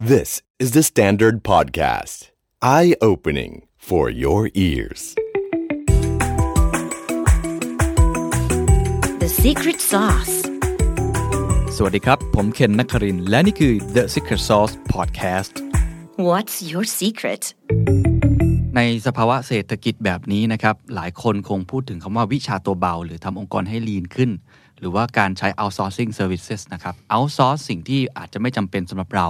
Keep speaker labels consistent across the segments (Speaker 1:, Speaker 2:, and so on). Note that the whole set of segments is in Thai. Speaker 1: This is the Standard Podcast. Eye opening for your ears.
Speaker 2: The secret sauce.
Speaker 3: สวัสดีครับ ผมเคนนักครินทร์และนี่คือ The Secret Sauce Podcast
Speaker 2: What's your secret?
Speaker 3: ในสภาวะเศรษฐกิจแบบนี้นะครับ หลายคนคงพูดถึงคำว่าวิชาตัวเบา หรือทำองค์กรให้ลีนขึ้น หรือว่าการใช้ outsourcing services นะครับ outsource สิ่งที่อาจจะไม่จำเป็นสำหรับเรา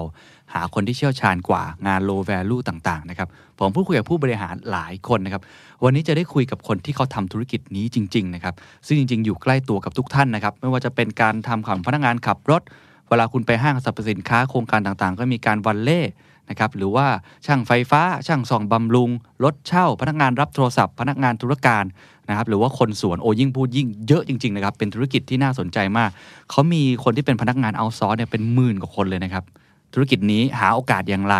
Speaker 3: หาคนที่เชี่ยวชาญกว่างาน low value ต่างๆนะครับ ผมพูดคุยกับผู้บริหารหลายคนนะครับ วันนี้จะได้คุยกับคนที่เขาทำธุรกิจนี้จริง ๆ นะครับ ซึ่งจริง ๆ อยู่ใกล้ตัวกับทุกท่านนะครับ ไม่ว่าจะเป็นการทำของพนักงานขับรถ เวลาคุณไปห้างสรรพสินค้าโครงการต่างๆ ก็มีการวันเล่ นะครับหรือว่าช่างไฟฟ้าช่างส่องบำรุง รถเช่า พนักงานรับโทรศัพท์ พนักงานธุรการนะครับหรือว่าคนสวนโอยิ่งพูดยิ่งเยอะจริงๆนะครับเป็นธุรกิจที่น่าสนใจมาก เขามีคนที่เป็นพนักงานเอาซอร์เนี่ยเป็นหมื่นกว่าคนเลยนะครับ ธุรกิจนี้หาโอกาสอย่างไร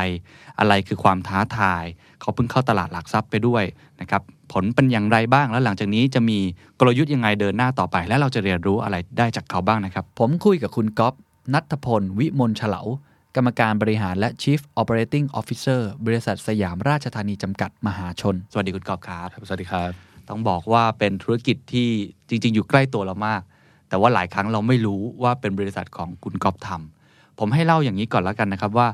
Speaker 3: อะไรคือความท้าทาย เขาเพิ่งเข้าตลาดหลักทรัพย์ไปด้วยนะครับผลเป็นอย่างไรบ้างแล้วหลังจากนี้จะมีกลยุทธ์ยังไงเดินหน้าต่อไป และเราจะเรียนรู้อะไรได้จากเขาบ้างนะครับ
Speaker 4: ผมคุยกับคุณก๊อฟนัทพล วิมลเฉลา กรรมการบริหารและ Chief Operating Officer บริษัทสยามราชธานีจำกัดมหาชน
Speaker 3: สวัสดีคุณกอบครับ
Speaker 5: สวัสดีครับ
Speaker 3: ต้องบอกว่าเป็นธุรกิจที่จริง ๆ อยู่ใกล้ตัวเรามาก แต่ว่าหลายครั้งเราไม่รู้ว่าเป็นบริษัทของคุณก๊อฟทำผมให้เล่าอย่างนี้ก่อนแล้วกันนะครับว่า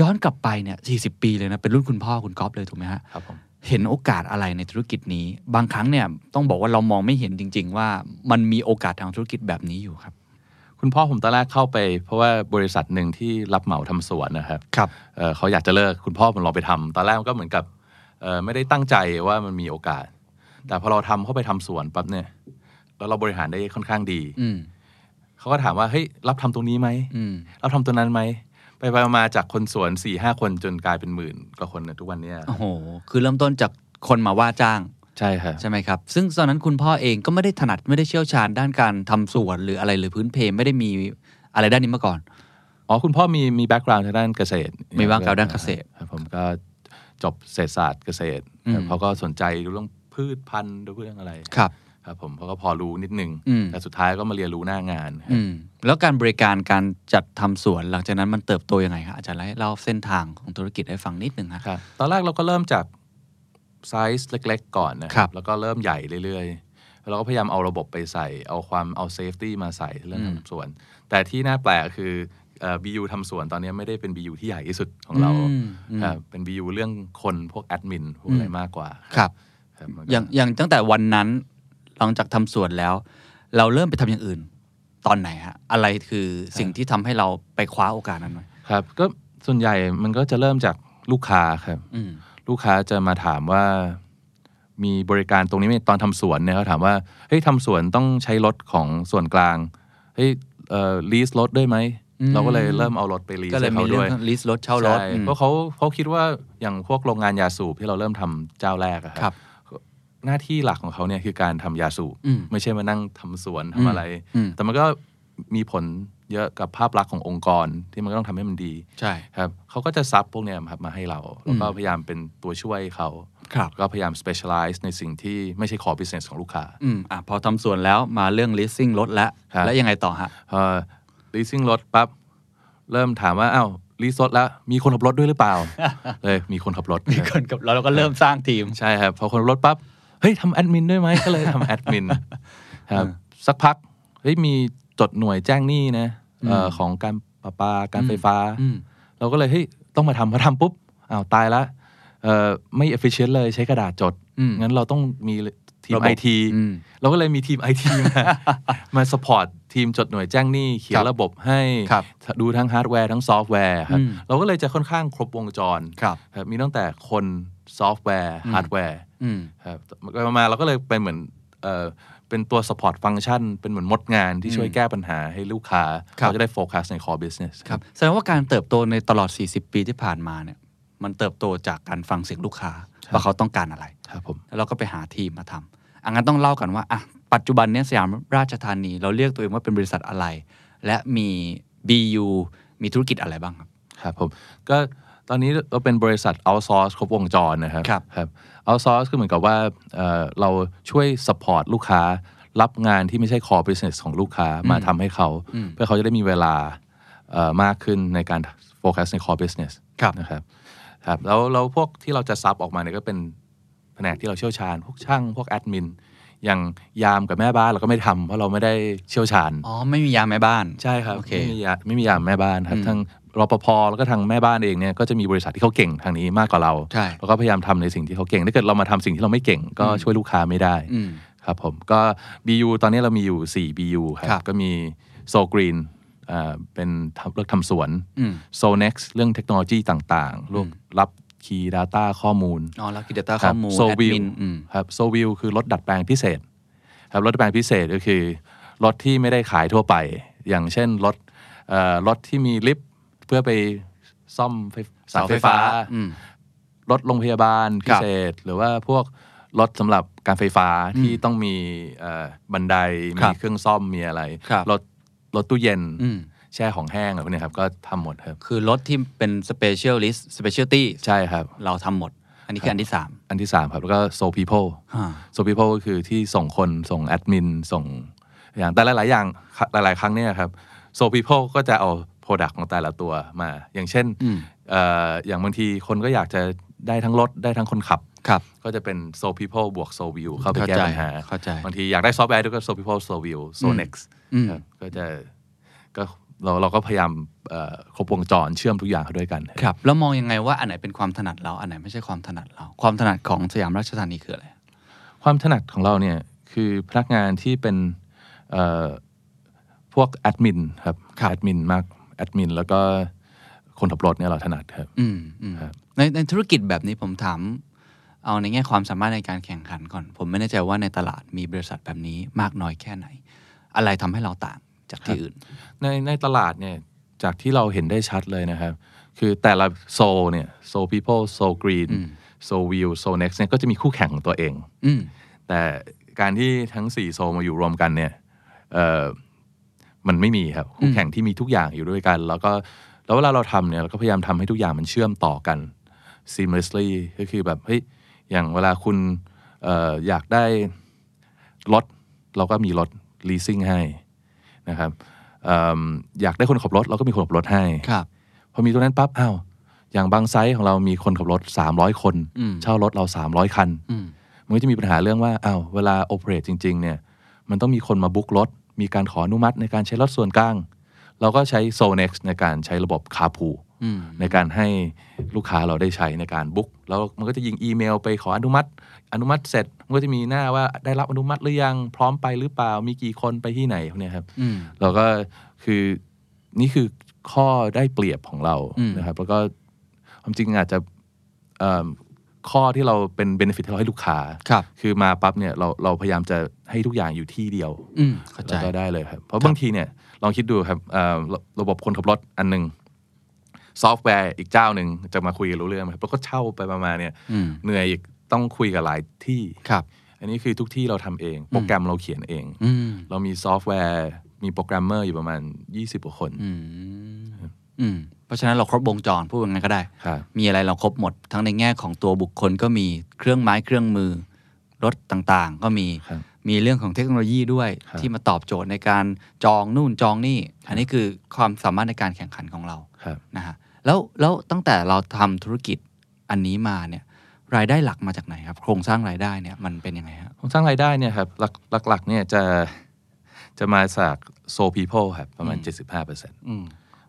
Speaker 3: ย้อนกลับไปเนี่ยสีปีเลยนะ เป็นรุ่นคุณพ่อคุณก๊อฟเลยถูกไหมฮะ
Speaker 5: ครับผม
Speaker 3: เห็นโอกาสอะไรในธุรกิจนี้ บางครั้งเนี่ยต้องบอกว่าเรามองไม่เห็นจริง ๆ ว่ามันมีโอกาสทางธุรกิจแบบนี้อยู่ครับ
Speaker 5: คุณพ่อผมตอนแรกเข้าไป เพราะว่าบริษัทหนึ่งที่รับเหมาทำสวนนะครับ
Speaker 3: ครับ
Speaker 5: เอ่อเขาอยากจะเลิกคุณพ่อผมลองไปทำตอนแรกมันก็เหมือนกับเอ่อไม่ได้ตั้งใจว่ามันมีโอกาส แต่พอเราทำเข้าไปทำสวนปั๊บเนี่ยแล้วเราบริหารได้ค่อนข้างดี
Speaker 3: อืม
Speaker 5: เขาก็ถามว่าเฮ้ยรับทำตรงนี้ไหม
Speaker 3: อืม
Speaker 5: รับทำตรงนั้นไหมไปไปมาจากคนสวน4ี่ห้าคนจนกลายเป็นหมื่นกว่าคนในทุกวันเนี้ย
Speaker 3: โอ้โห คือเริ่มต้นจากคนมาว่าจ้าง
Speaker 5: ใช่ครับ
Speaker 3: ใช่ไหมครับ ซึ่งตอนนั้นคุณพ่อเองก็ไม่ได้ถนัดไม่ได้เชี่ยวชาญด้านการทำสวนหรืออะไรเลยพื้นเพไม่ได้มีอะไรด้านนี้มาก่อน
Speaker 5: อ๋อ คุณพ่อมีมีแบ็กกราวน์ทางด้านเกษตร
Speaker 3: มี background ด้านเกษตร
Speaker 5: ครับผมก็จบเศรษฐศาสตร์เกษตร
Speaker 3: อืม
Speaker 5: ครับเขาก็สนใจเรื่องพืชพันธุ์เรื่องอะไร
Speaker 3: ครับ
Speaker 5: ครับผมเขาก็พอรู้นิดนึง
Speaker 3: อืม
Speaker 5: แต่สุดท้ายก็มาเรียนรู้หน้างานครับ
Speaker 3: อืมแล้วการบริการการจัดทำสวนหลังจากนั้นมันเติบโตยังไงครับอาจารย์ไล่เล่าเส้นทางของธุรกิจให้ฟังนิดหนึ่งฮะ
Speaker 5: ครับตอนแรกเราก็เริ่มจากไซส์เล็ก ๆ ก่อนนะค
Speaker 3: ครั
Speaker 5: รับ บ แล้วก็เริ่มใหญ่เรื่อยๆแล้วเราก็พยายามเอาระบบไปใส่ เอาความเอาเซฟตี้มาใส่เรื่องทำสวน แต่ที่น่าแปลกคือบียูทำสวนตอนนี้ไม่ได้เป็น BU ที่ใหญ่ที่สุดของเรา
Speaker 3: อืมอืม
Speaker 5: ครับเป็นวิวเรื่องคนพวกแอดมินพวกอะไรมากกว่า
Speaker 3: ครับ
Speaker 5: ครับมันก็
Speaker 3: อย่างอย่างตั้งแต่วันนั้นหลังจากทำสวนแล้ว เราเริ่มไปทำอย่างอื่น ตอนไหนฮะอะไรคือสิ่งที่ทำให้เราไปคว้าโอกาสนั้นไว้
Speaker 5: ครับก็ส่วนใหญ่มันก็จะเริ่มจากลูกค้าครับ
Speaker 3: อืม
Speaker 5: ลูกค้าจะมาถามว่ามีบริการตรงนี้ไหมตอนทำสวนเนี่ยเขาถามว่าเฮ้ยทำสวนต้องใช้รถของส่วนกลางเฮ้ยเอ่อลีสรถด้วยไหม เราก็เลยเริ่มเอารถไปลีส
Speaker 3: ก็เลย
Speaker 5: ให้
Speaker 3: มี
Speaker 5: เขา
Speaker 3: เรื่อ
Speaker 5: ด้วย
Speaker 3: งลิสต์รถเช่ารถ
Speaker 5: ใช่
Speaker 3: อืม
Speaker 5: เพราะเขาเขาคิดว่าอย่างพวกโรงงานยาสูบที่เราเริ่มทำเจ้าแรกอะค
Speaker 3: ครั
Speaker 5: รับ หน้าที่หลักของเขาเนี่ยคือการทำยาสูบ
Speaker 3: อืม
Speaker 5: ไม่ใช่มานั่งทำสวนทำ
Speaker 3: อืม
Speaker 5: อะไร
Speaker 3: อืม
Speaker 5: แต่มันก็มีผลเยอะกับภาพลักษณ์ขององค์กรที่มันก็ต้องทำให้มันดี
Speaker 3: ใช่
Speaker 5: ครับเขาก็จะซับพวกเนี้ยครับมาให้เรา แล้วก็พยายามเป็นตัวช่วยเขา
Speaker 3: ครับ
Speaker 5: แล้วก็พยายาม specialize ในสิ่งที่ไม่ใช่ core business ของลูกค้า
Speaker 3: อืมอ่ะพอทำส่วนแล้วมาเรื่อง leasing รถแล้ว
Speaker 5: ครับ
Speaker 3: แล้วยังไงต่อฮะ
Speaker 5: พอ leasing รถปั๊บ เริ่มถามว่า อ้าว lease รถแล้ว มีคนขับรถด้วยหรื อเปล่า เลยมีคนขับรถ
Speaker 3: มีคนกับเราเราก็เริ่มสร้างทีม
Speaker 5: ใช่ครับ พอคนขับรถปั๊บ เฮ้ยทำแอดมินด้วยไหม ก็เลยทำแอด มินครับสักพัก เฮ้ย มีจดหน่วยแจ้งหนี้นะเอ่ออของการประปาการไฟฟ้า
Speaker 3: อืม
Speaker 5: เราก็เลย เฮ้ย ต้องมาทำพอทำปุ๊บอ้าวตายละเอ่อไม่ efficient เลยใช้กระดาษจด
Speaker 3: อืม
Speaker 5: งั้นเราต้องมีทีม
Speaker 3: ระบบ
Speaker 5: ไอที
Speaker 3: อืม
Speaker 5: เราก็เลยมีทีมไอทีมา มาสปอร์ตทีมจดหน่วยแจ้งหนี้เขีย
Speaker 3: ครั
Speaker 5: น
Speaker 3: บ
Speaker 5: ระบบให้
Speaker 3: ครับ
Speaker 5: ดูทั้งฮาร์ดแวร์ทั้งซอฟต์แวร์ครับ
Speaker 3: อืม
Speaker 5: เราก็เลยจะค่อนข้างครบวงจร
Speaker 3: ครับ
Speaker 5: ครับมีตั้งแต่คนซอฟต์แวร์ฮาร์ดแวร์
Speaker 3: อืม
Speaker 5: ครับไปมาๆเราก็เลยเป็นเหมือนเอ่อเป็นตัว support function เป็นเหมือนมดงานที่ช่วยแก้ปัญหาให้ลูกค้า
Speaker 3: ครับ
Speaker 5: เขาจะได้โฟกัสใน core business
Speaker 3: ครับแสดงว่าการเติบโตในตลอด 40 ปีที่ผ่านมาเนี่ย มันเติบโตจากการฟังเสียงลูกค้า ว่าเขาต้องการอะไร
Speaker 5: ครับผม
Speaker 3: แล้วเราก็ไปหาทีมมาทำอังั้นต้องเล่ากันว่าอ่ะปัจจุบันเนี้ยสยามราชธานี เราเรียกตัวเองว่าเป็นบริษัทอะไร และมี BU มีธุรกิจอะไรบ้างครับ
Speaker 5: ครับผมก็ตอนนี้เราเป็นบริษัท outsource ครบวงจรนะครับ
Speaker 3: ครับ
Speaker 5: ครับ outsource คือเหมือนกับว่าเอ่อเราช่วย support ลูกค้า รับงานที่ไม่ใช่ core business ของลูกค้ามาทำให้เขา เพื่อเขาจะได้มีเวลาเอ่อมากขึ้นในการ โฟกัสใน core business
Speaker 3: ครับ
Speaker 5: นะครับครับแล้วเราพวกที่เราจะซับออกมาเนี่ยก็เป็นแผนกที่เราเชี่ยวชาญ พวกช่างพวกแอดมินอย่างยามกับแม่บ้านเราก็ไม่ทำเพราะเราไม่ได้เชี่ยวชาญ
Speaker 3: อ๋อ ไม่มียามแม่บ้าน
Speaker 5: ใช่ครับ
Speaker 3: โอเค
Speaker 5: ไม่มียาไม่มียามแม่บ้านครับ
Speaker 3: อืม
Speaker 5: ทางรปภแล้วก็ทางแม่บ้านเองเนี่ยก็จะมีบริษัทที่เขาเก่งทางนี้มากกว่าเรา
Speaker 3: ใช่
Speaker 5: เราก็พยายามทำในสิ่งที่เขาเก่งถ้าเกิดเรามาทำสิ่งที่เราไม่เก่งก็ช่วยลูกค้าไม่ได้
Speaker 3: อืม
Speaker 5: ครับผมก็ BU ตอนนี้เรามีอยู่ 4 BU ครั
Speaker 3: ครับ บ
Speaker 5: ก็มีโซกรีนเป็นทำเลือกทำสวน
Speaker 3: อืม
Speaker 5: โซ Next เรื่องเทคโนโลยีต่างๆรวมรับ Key Data ข้อมูล
Speaker 3: อ๋อแล้วกิจดต้าข้อมูล
Speaker 5: โซ
Speaker 3: แอด
Speaker 5: วิ
Speaker 3: มิ
Speaker 5: ล
Speaker 3: นอืม
Speaker 5: ครับโซวิลคือรถดัดแปลงพิเศษครับรถดัดแปลงพิเศษก็คือรถที่ไม่ได้ขายทั่วไป อย่างเช่นรถเอ่อรถที่มีลิฟต์เพื่อไปซ่อมไฟเสาไฟฟ้า
Speaker 3: อืม
Speaker 5: รถโรงพยาบาลพิเศษ หรือว่าพวกรถสำหรับการไฟฟ้าที่ต้องมีเอ่อบันได
Speaker 3: ครั
Speaker 5: มี
Speaker 3: บ
Speaker 5: เครื่องซ่อมมีอะไร
Speaker 3: ครับ
Speaker 5: รถรถตู้เย็น
Speaker 3: อืม
Speaker 5: แช่ของแห้งอะไรพวกเนี้ยครับ ก็ทำหมดครับ
Speaker 3: คือรถที่เป็น specialist specialty
Speaker 5: ใช่ครับ
Speaker 3: เราทำหมด อันนี้คืออันที่สาม
Speaker 5: อันที่ 3 ครับ แล้วก็โซ people
Speaker 3: อ่า
Speaker 5: โซ people ก็คือที่ส่งคนส่งแอดมิน ส่งอย่างแต่หลาย ๆ อย่างหลาย ๆ ครั้งเนี่ยครับโซ people ก็จะเอา Product ของแต่ละตัวมา อย่างเช่น
Speaker 3: อืม
Speaker 5: เอ่ออย่างบางทีคนก็อยากจะได้ทั้งรถได้ทั้งคนขับ
Speaker 3: ครับ
Speaker 5: ก็จะเป็น so people บวก so view เข้าไป
Speaker 3: เข้า
Speaker 5: แก้
Speaker 3: ใจ
Speaker 5: ปัญหา
Speaker 3: เข้าใจ
Speaker 5: บางทีอยากได้ซอฟต์แวร์ด้วยก็ so people so view so
Speaker 3: อืม
Speaker 5: next
Speaker 3: อืม
Speaker 5: ครับก็จะก็เราเราก็พยายามเอ่อครบวงจรเชื่อมทุกอย่างเข้าด้วยกัน
Speaker 3: ครับ แล้วมองยังไงว่าอันไหนเป็นความถนัดเรา อันไหนไม่ใช่ความถนัดเรา ความถนัดของสยามราชธานีคืออะไร
Speaker 5: ความถนัดของเราเนี่ย คือพนักงานที่เป็นเอ่อพวกแอดมินครับ
Speaker 3: ครับ
Speaker 5: แอดมินมากแอดมินแล้วก็คนขับรถเนี่ยเราถนัดครับ
Speaker 3: อืมอืม
Speaker 5: ครับ
Speaker 3: ในในธุรกิจแบบนี้ผมถาม เอาในแง่ความสามารถในการแข่งขันก่อน ผมไม่แน่ใจว่าในตลาดมีบริษัทแบบนี้มากน้อยแค่ไหน อะไรทำให้เราต่างจากที่อื่น
Speaker 5: ในในตลาดเนี่ยจากที่เราเห็นได้ชัดเลยนะครับ คือแต่ละโซเนี่ยโซ people โซ green โซ view โซ next เนี่ยก็จะมีคู่แข่งของตัวเอง
Speaker 3: อืม
Speaker 5: แต่การที่ทั้ง 4 โซมาอยู่รวมกันเนี่ยเอ่อมันไม่มีครับ คู่แข่งที่มีทุกอย่างอยู่ด้วยกัน แล้วก็แล้วเวลาเราทำเนี่ยเราก็พยายามทำให้ทุกอย่างมันเชื่อมต่อกัน seamlessly ก็คือแบบเฮ้ยอย่างเวลาคุณเอ่ออยากได้รถเราก็มีรถ leasing ให้นะครับเอิ่มอยากได้คนขับรถ เราก็มีคนขับรถให้
Speaker 3: ครับ
Speaker 5: พอมีตัวนั้นปั๊บ อ้าว อย่างบางไซต์ของเรามีคนขับรถ 300 คน เช่ารถเรา 300 คัน
Speaker 3: อืม
Speaker 5: มันก็จะมีปัญหาเรื่องว่า อ้าว เวลาโอเปเรตจริง ๆ เนี่ย มันต้องมีคนมาบุ๊กรถ มีการขออนุมัติในการใช้รถส่วนกลาง เราก็ใช้ s o n e x ในการใช้ระบบ Carpool ในการให้ลูกค้าเราได้ใช้ในการบุ๊ก แล้วมันก็จะยิงอีเมลไปขออนุมัติ อนุมัติเสร็จ มันก็จะมีหน้าว่าได้รับอนุมัติหรือยัง พร้อมไปหรือเปล่า มีกี่คนไปที่ไหนพวกเนี้ยครับ
Speaker 3: อืม
Speaker 5: เราก็คือนี่คือข้อได้เปรียบของเรา
Speaker 3: อืม
Speaker 5: นะครับ แล้วก็ความจริงอาจจะเอิ่มข้อที่เราเป็นเบนฟิตที่เราให้ลูกค้า
Speaker 3: ครับ
Speaker 5: คือมาปั๊บเนี่ยเราเราพยายามจะให้ทุกอย่างอยู่ที่เดียว
Speaker 3: อืม เข้าใจ
Speaker 5: แล้วก็ได้เลยครับ เพราะบางทีเนี่ยลองคิดดูครับเอ่อระระบบคนขับรถอันหนึ่งซอฟต์แวร์อีกเจ้าหนึ่งจะมาคุยกันรู้เรื่องไหมครับแล้วก็เช่าไปประมาณเนี่ย
Speaker 3: อืม
Speaker 5: เหนื่อยอีกต้องคุยกับหลายที่
Speaker 3: ครับ
Speaker 5: อันนี้คือทุกที่เราทำเอง โปรแกรมเราเขียนเอง
Speaker 3: อืม
Speaker 5: เรามีซอฟต์แวร์ มีโปรแกรมเมอร์อยู่ประมาณ 20กว่าคน
Speaker 3: อืม อืม เพราะฉะนั้นเราครบวงจรพูดยังไงก็ได้
Speaker 5: ครับ
Speaker 3: มีอะไรเราครบหมด ทั้งในแง่ของตัวบุคคลก็มีเครื่องไม้เครื่องมือ รถต่างๆ ก็มี
Speaker 5: ครับ
Speaker 3: มีเรื่องของเทคโนโลยีด้วย
Speaker 5: ครับ
Speaker 3: ที่มาตอบโจทย์ในการจองนู่นจองนี่ อันนี้คือความสามารถในการแข่งขันของเรา
Speaker 5: ครับ
Speaker 3: นะฮะ แล้วแล้วตั้งแต่เราทำธุรกิจอันนี้มาเนี่ย รายได้หลักมาจากไหนครับ โครงสร้างรายได้เนี่ยมันเป็นยังไงฮะ
Speaker 5: โครงสร้างรายได้เนี่ยครับหลักหลักหลักเนี่ยจะจะมาจากโซ people ครับประมาณ 75%
Speaker 3: อืม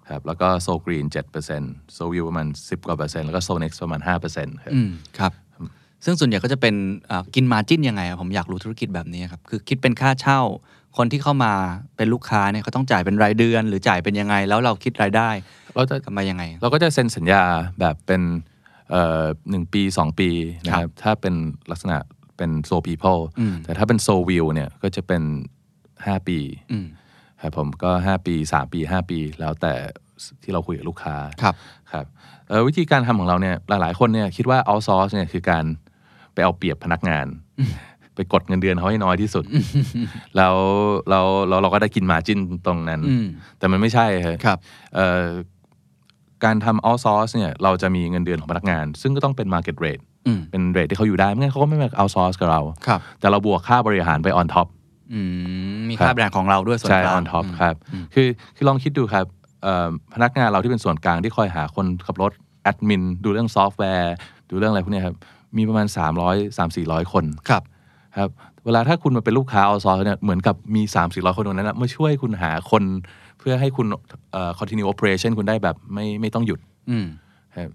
Speaker 5: ครับแล้วก็โซ green 7% so view ประมาณ 10 กว่าเปอร์เซ็นต์แล้วก็โซ next ประมาณ5%ครับ
Speaker 3: อืมครับ ซึ่งส่วนใหญ่ก็จะเป็นเอ่อกินมาจิ้นยังไงอะผมอยากรู้ธุรกิจแบบนี้ครับ คือคิดเป็นค่าเช่า คนที่เข้ามาเป็นลูกค้าเนี่ยเขาต้องจ่ายเป็นรายเดือน หรือจ่ายเป็นยังไง แล้วเราคิดรายได้
Speaker 5: เราจะ
Speaker 3: กลับมายังไง
Speaker 5: เราก็จะเซ็นสัญญาแบบเป็นเอ่อหนึ่งปี 2 ปีนะครับถ้าเป็นลักษณะเป็นโซ people
Speaker 3: อืม
Speaker 5: แต่ถ้าเป็นโซ view เนี่ยก็จะเป็น 5 ปี
Speaker 3: อืม
Speaker 5: ครับผมก็ 5 ปี 3 ปี 5 ปี แล้วแต่ที่เราคุยกับลูกค้า
Speaker 3: ครับ
Speaker 5: ครับเอ่อวิธีการทำของเราเนี่ยหลาย ๆ คนเนี่ยคิดว่า outsource เนี่ยคือการไปเอาเปรียบพนักงาน ไปกดเงินเดือนเขาให้น้อยที่สุด แล้วแล้วแล้วเราก็ได้กินมาจินตรงนั้น
Speaker 3: อืม
Speaker 5: แต่มันไม่ใช่ครับ
Speaker 3: ครับ
Speaker 5: เอ่อการทำ outsource เนี่ยเราจะมีเงินเดือนของพนักงาน ซึ่งก็ต้องเป็น market rate
Speaker 3: อืม
Speaker 5: เป็นเรทที่เขาอยู่ได้ไม่งั้นเขาก็ไม่มา outsource กับเรา
Speaker 3: ครับ
Speaker 5: แต่เราบวกค่าบริหารไป on top
Speaker 3: อืมมี
Speaker 5: ครั
Speaker 3: ค่า
Speaker 5: บ
Speaker 3: แบรนด์ของเราด้วยส่วน
Speaker 5: ใช่
Speaker 3: กลาง
Speaker 5: on top ครับ คือคือลองคิดดูครับ เอ่อพนักงานเราที่เป็นส่วนกลางที่คอยหาคนขับรถแอดมินดูเรื่องซอฟต์แวร์ ดูเรื่องอะไรพวกเนี้ยครับ มีประมาณ 300 3 400 คน
Speaker 3: ครับ
Speaker 5: ครับ เวลาถ้าคุณมาเป็นลูกค้าเอาซอสเนี่ยเหมือนกับมี 3 400 คนตรงนั้นนะมาช่วยคุณหาคนเพื่อให้คุณเอ่อ continue operation คุณได้แบบไม่ไม่ต้องหยุด
Speaker 3: อืม
Speaker 5: ครับ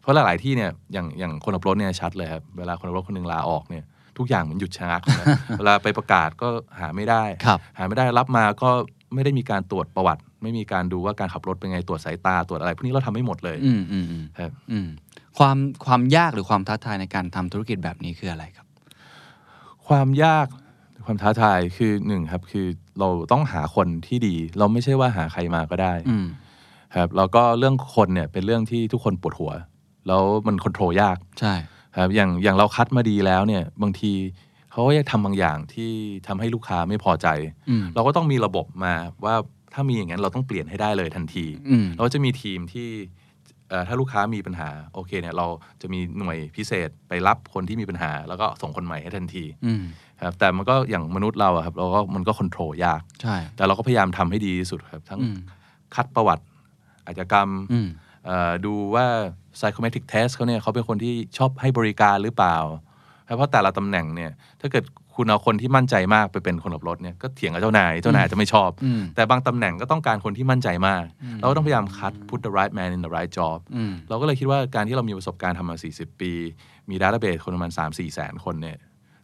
Speaker 5: เพราะหลาย ๆ ที่เนี่ยอย่างอย่างคนขับรถเนี่ยชัดเลยครับเวลาคนขับรถคนหนึ่งลาออกเนี่ยทุกอย่างเหมือนหยุดชะงักนะ เวลาไปประกาศก็หาไม่ได้
Speaker 3: ครับ
Speaker 5: หาไม่ได้รับมาก็ไม่ได้มีการตรวจประวัติ ไม่มีการดูว่าการขับรถเป็นไงตรวจสายตาตรวจอะไรพวกนี้เราทำไม่หมดเลย
Speaker 3: อืมอืมอืม
Speaker 5: ครับ
Speaker 3: อืมความความยากหรือความท้าทายในการทำธุรกิจแบบนี้คืออะไรครับ
Speaker 5: ความยากความท้าทายคือหนึ่งครับคือเราต้องหาคนที่ดี เราไม่ใช่ว่าหาใครมาก็ได้
Speaker 3: อืม
Speaker 5: ครับแล้วก็เรื่องคนเนี่ยเป็นเรื่องที่ทุกคนปวดหัว แล้วมันควบคุมยาก
Speaker 3: ใช่
Speaker 5: ครับอย่างอย่างเราคัดมาดีแล้วเนี่ยบางทีเขาก็จะทำบางอย่างที่ทำให้ลูกค้าไม่พอใจ
Speaker 3: อืม
Speaker 5: เราก็ต้องมีระบบมาว่าถ้ามีอย่างนั้นเราต้องเปลี่ยนให้ได้เลยทันที
Speaker 3: อืม
Speaker 5: เราก็จะมีทีมที่เอ่อถ้าลูกค้ามีปัญหาโอเคเนี่ยเราจะมีหน่วยพิเศษไปรับคนที่มีปัญหา แล้วก็ส่งคนใหม่ให้ทันที
Speaker 3: อืม
Speaker 5: ครับแต่มันก็อย่างมนุษย์เราอะครับเราก็มันก็ควบคุมยาก
Speaker 3: ใช่
Speaker 5: แต่เราก็พยายามทำให้ดีที่สุดครับทั้ง
Speaker 3: อืม
Speaker 5: คัดประวัติอาชญากรรม
Speaker 3: อืม
Speaker 5: เอ่อดูว่า psychometric test เขาเนี่ยเขาเป็นคนที่ชอบให้บริการหรือเปล่า เพราะแต่ละตำแหน่งเนี่ยถ้าเกิดคุณเอาคนที่มั่นใจมากไปเป็นคนขับรถเนี่ยก็เถียงกับเจ้านาย เจ้านายอาจจะไม่ชอบ
Speaker 3: อืม
Speaker 5: แต่บางตำแหน่งก็ต้องการคนที่มั่นใจมาก เราก็ต้องพยายามคัด put the right man in the right job
Speaker 3: อืม
Speaker 5: เราก็เลยคิดว่าการที่เรามีประสบการณ์ทำมา 40 ปี มีดาต้าเบสคนประมาณ 3 4 แสนคนเนี่ย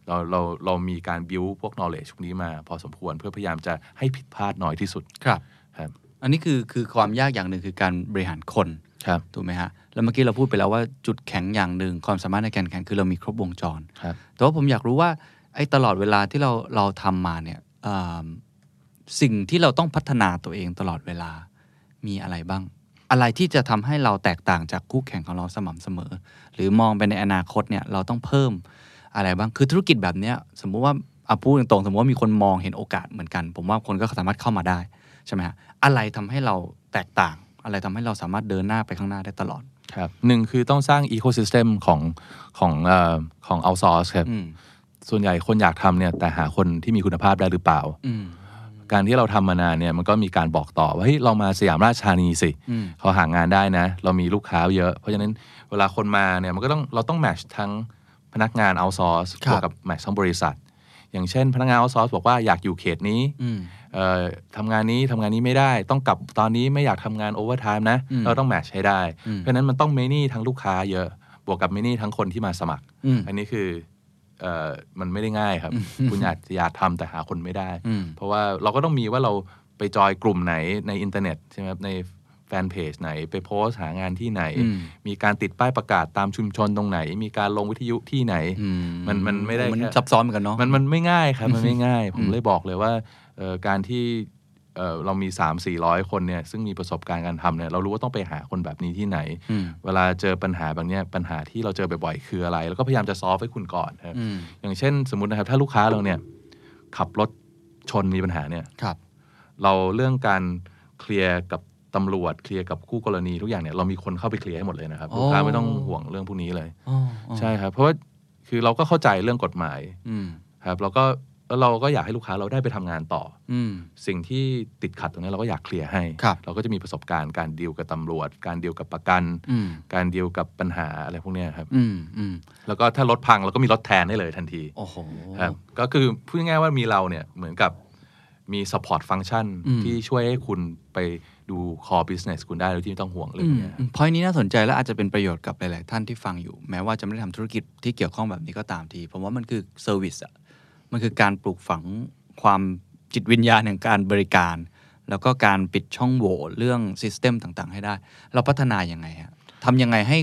Speaker 5: เราเราเรามีการ build พวก knowledge พวกนี้มา พอสมควรเพื่อพยายามจะให้ผิดพลาดน้อยที่สุด
Speaker 3: ครับ
Speaker 5: ครับ
Speaker 3: อันนี้คือคือความยากอย่างหนึ่งคือการบริหารคน
Speaker 5: ครับ
Speaker 3: ถูกไหมฮะ แล้วเมื่อกี้เราพูดไปแล้วว่าจุดแข็งอย่างหนึ่งความสามารถในการแข่งคือเรามีครบวงจร
Speaker 5: ครับ
Speaker 3: แต่ว่าผมอยากรู้ว่าไอ้ตลอดเวลาที่เราเราทำมาเนี่ยเอิ่มสิ่งที่เราต้องพัฒนาตัวเองตลอดเวลามีอะไรบ้าง อะไรที่จะทำให้เราแตกต่างจากคู่แข่งของเราสม่ำเสมอ หรือมองไปในอนาคตเนี่ยเราต้องเพิ่มอะไรบ้างคือธุรกิจแบบเนี้ยสมมุติว่าอาพูดตรงๆสมมติว่ามีคนมองเห็นโอกาสเหมือนกัน ผมว่าคนก็สามารถเข้ามาได้ใช่ไหมฮะอะไรทำให้เราแตกต่าง อะไรทำให้เราสามารถเดินหน้าไปข้างหน้าได้ตลอด
Speaker 5: ครับหนึ่งคือต้องสร้างอีโคซิสเต็มของของเอ่อของเอาซอร์สครับ
Speaker 3: อืม
Speaker 5: ส่วนใหญ่คนอยากทำเนี่ยแต่หาคนที่มีคุณภาพได้หรือเปล่า
Speaker 3: อืม
Speaker 5: การที่เราทำมานานเนี่ยมันก็มีการบอกต่อว่าเฮ้ยเรามาสยามราชธานีสิ
Speaker 3: อืม
Speaker 5: เขาหางานได้นะ เรามีลูกค้าเยอะ เพราะฉะนั้นเวลาคนมาเนี่ยมันก็ต้องเราต้องแมทช์ทั้งพนักงานเอาซอร์สบวกกับแมทช์ทั้งบริษัท อย่างเช่น พนักงานเอาซอร์สบอกว่าอยากอยู่เขตนี้
Speaker 3: อืม
Speaker 5: เอ่อทำงานนี้ทำงานนี้ไม่ได้ ต้องกลับตอนนี้ไม่อยากทำงานโอเวอร์ไทม์นะ
Speaker 3: อืม
Speaker 5: เราต้องแมทช์ให้ได้
Speaker 3: อืม
Speaker 5: เพราะฉะนั้นมันต้องเมนี่ทั้งลูกค้าเยอะ บวกกับเมนี่ทั้งคนที่มาสมัคร
Speaker 3: อืม
Speaker 5: อันนี้คือเออมันไม่ได้ง่ายครับ คุณอาจจะอยากทำแต่หาคนไม่ได้
Speaker 3: อืม
Speaker 5: เพราะว่าเราก็ต้องมีว่าเราไปจอยกลุ่มไหนในอินเทอร์เน็ตใช่ไหมครับในแฟนเพจไหน ไปโพสต์หางานที่ไหน
Speaker 3: อืม
Speaker 5: มีการติดป้ายประกาศตามชุมชนตรงไหน มีการลงวิทยุที่ไหน
Speaker 3: อื
Speaker 5: มันมันไม่ได้
Speaker 3: มัน
Speaker 5: แค่
Speaker 3: ซับซ้อนเหมือนกันเนาะ
Speaker 5: มันมันไม่ง่ายครับ มันไม่ง่าย ผมเลยบอกเลยว่าเอ่อการที่เอ่อเรามี 3 400 คนเนี่ยซึ่งมีประสบการณ์การทำเนี่ยเรารู้ว่าต้องไปหาคนแบบนี้ที่ไหน
Speaker 3: อืม
Speaker 5: เวลาเจอปัญหาแบบเนี้ยปัญหาที่เราเจอบ่อยๆคืออะไร แล้วก็พยายามจะซอฟให้คุณก่อนครับ
Speaker 3: อืม
Speaker 5: อย่างเช่นสมมตินะครับ ถ้าลูกค้าเราเนี่ยขับรถชนมีปัญหาเนี่ย
Speaker 3: ครับ
Speaker 5: เราเรื่องการเคลียร์กับตำรวจเคลียร์กับคู่กรณีทุกอย่างเนี่ยเรามีคนเข้าไปเคลียร์ให้หมดเลยนะครับลูกค้าไม่ต้องห่วงเรื่องพวกนี้เลย
Speaker 3: อ๋ออ๋อ
Speaker 5: ใช่ครับ เพราะว่าคือเราก็เข้าใจเรื่องกฎหมาย
Speaker 3: อืม
Speaker 5: ครับแล้วก็แล้วเราก็อยากให้ลูกค้าเราได้ไปทำงานต่อ
Speaker 3: อืม
Speaker 5: สิ่งที่ติดขัดตรงนี้เราก็อยากเคลียร์ให้
Speaker 3: ครับ
Speaker 5: เราก็จะมีประสบการณ์การดีลกับตำรวจ การดีลกับประกัน
Speaker 3: อืม
Speaker 5: การดีลกับปัญหาอะไรพวกเนี้ยครับ
Speaker 3: อืม อืม
Speaker 5: แล้วก็ถ้ารถพังเราก็มีรถแทนได้เลยทันที
Speaker 3: โอ้โห
Speaker 5: ครับก็คือพูดง่ายๆว่ามีเราเนี่ยเหมือนกับมี support function
Speaker 3: อืม
Speaker 5: ที่ช่วยให้คุณไปดู core business คุณได้โดยที่ไม่ต้องห่วงเรื่องเนี้ย
Speaker 3: พอยนี้น่าสนใจและอาจจะเป็นประโยชน์กับหลาย ๆ ท่านที่ฟังอยู่ แม้ว่าจะไม่ได้ทำธุรกิจที่เกี่ยวข้องแบบนี้ก็ตามที ผมว่ามันคือเซอร์วิสอะมันคือการปลูกฝังความจิตวิญญาณแห่งการบริการ แล้วก็การปิดช่องโหว่เรื่องซิสเต็มต่าง ๆ ให้ได้ เราพัฒนายังไงฮะทำยังไงให้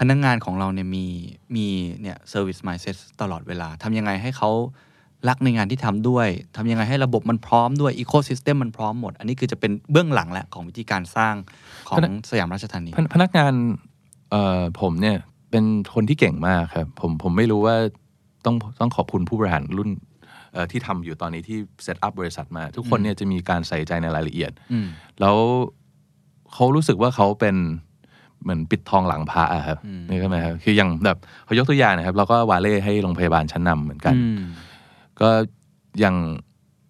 Speaker 3: พนักงงานของเราเนี่ยมีมีเนี่ยเซอร์วิสมายเซ็ตตลอดเวลาทำยังไงให้เขารักในงานที่ทำด้วยทำยังไงให้ระบบมันพร้อมด้วยอีโคซิสเต็มมันพร้อมหมด อันนี้คือจะเป็นเบื้องหลังแหละของวิธีการสร้างของสยามราชธานี
Speaker 5: พนพนักงานเอ่อผมเนี่ยเป็นคนที่เก่งมากครับผมผมไม่รู้ว่าต้องต้องขอบคุณผู้บริหารรุ่นเอ่อที่ทำอยู่ตอนนี้ที่เซตอัพบริษัทมา ทุกคนเนี่ยจะมีการใส่ใจในรายละเอียด
Speaker 3: อืม
Speaker 5: แล้วเขารู้สึกว่าเขาเป็นเหมือนปิดทองหลังพระอะครับนี่ใช่ไหมครับคืออย่างแบบเขายกตัวอย่างนะครับแล้วก็วาเล่ให้โรงพยาบาลชั้นนำเหมือนกัน ก็อย่าง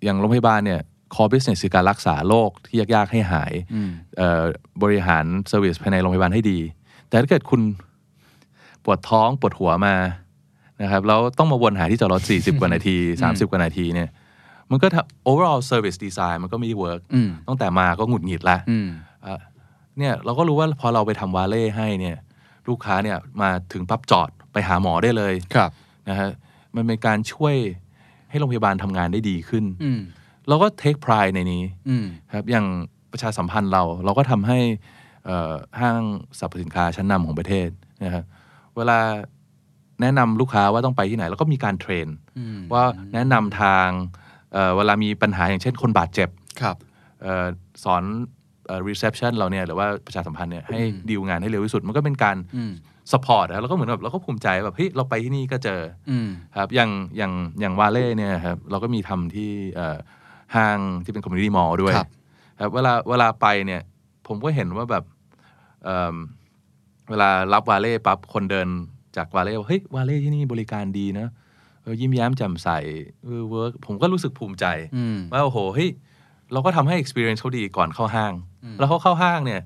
Speaker 5: อย่างโรงพยาบาลเนี่ย core business คือการรักษาโรคที่ยากๆให้หายเอ่อบริหาร service ภายในโรงพยาบาลให้ดี แต่ถ้าเกิดคุณปวดท้องปวดหัวมานะครับแล้วต้องมาวนหาที่จอดรถ 40 กว่านาที 30 กว่านาทีเนี่ยมันก็ทำ overall service design มันก็ไม่ได้ work
Speaker 3: อืม
Speaker 5: ตั้งแต่มาก็หงุดหงิดละ
Speaker 3: อืม
Speaker 5: อ่ะเนี่ยเราก็รู้ว่าพอเราไปทำวาเล่ให้เนี่ยลูกค้าเนี่ยมาถึงปั๊บจอดไปหาหมอได้เลย
Speaker 3: ครับ
Speaker 5: นะฮะมันเป็นการช่วยให้โรงพยาบาลทำงานได้ดีขึ้น
Speaker 3: อืม
Speaker 5: เราก็เทคพรายในนี้
Speaker 3: อืม
Speaker 5: ครับอย่างประชาสัมพันธ์เราเราก็ทำให้เอ่อห้างสรรพสินค้าชั้นนำของประเทศนะครับเวลาแนะนำลูกค้าว่าต้องไปที่ไหนเราก็มีการเทรน
Speaker 3: อืม
Speaker 5: ว่าแนะนำทางเอ่อเวลามีปัญหาอย่างเช่นคนบาดเจ็บ
Speaker 3: ครับ
Speaker 5: เออสอนเอ่อ reception เราเนี่ยหรือว่าประชาสัมพันธ์เนี่ยให้ดีลงานให้เร็วที่สุด มันก็เป็นการ
Speaker 3: อืม
Speaker 5: support นะแล้วก็เหมือนแบบเราก็ภูมิใจแบบเฮ้ยเราไปที่นี่ก็เจอ
Speaker 3: อืม
Speaker 5: ครับอย่างอย่างอย่างวาเล่เนี่ยครับเราก็มีทำที่เอ่อห้างที่เป็น community mall ด้วย
Speaker 3: ครับ
Speaker 5: ครับเวลาเวลาไปเนี่ยผมก็เห็นว่าแบบเอิ่มเวลารับวาเล่ปั๊บคนเดินจากวาเล่ว่าเฮ้ยวาเล่ที่นี่บริการดีนะเออยิ้มแย้มแจ่มใสเออ work ผมก็รู้สึกภูมิใจ
Speaker 3: อืม
Speaker 5: ว่าโอ้โหเฮ้ยเราก็ทำให้ experience เขาดีก่อนเข้าห้าง แล้วเขาเข้าห้างเนี่ย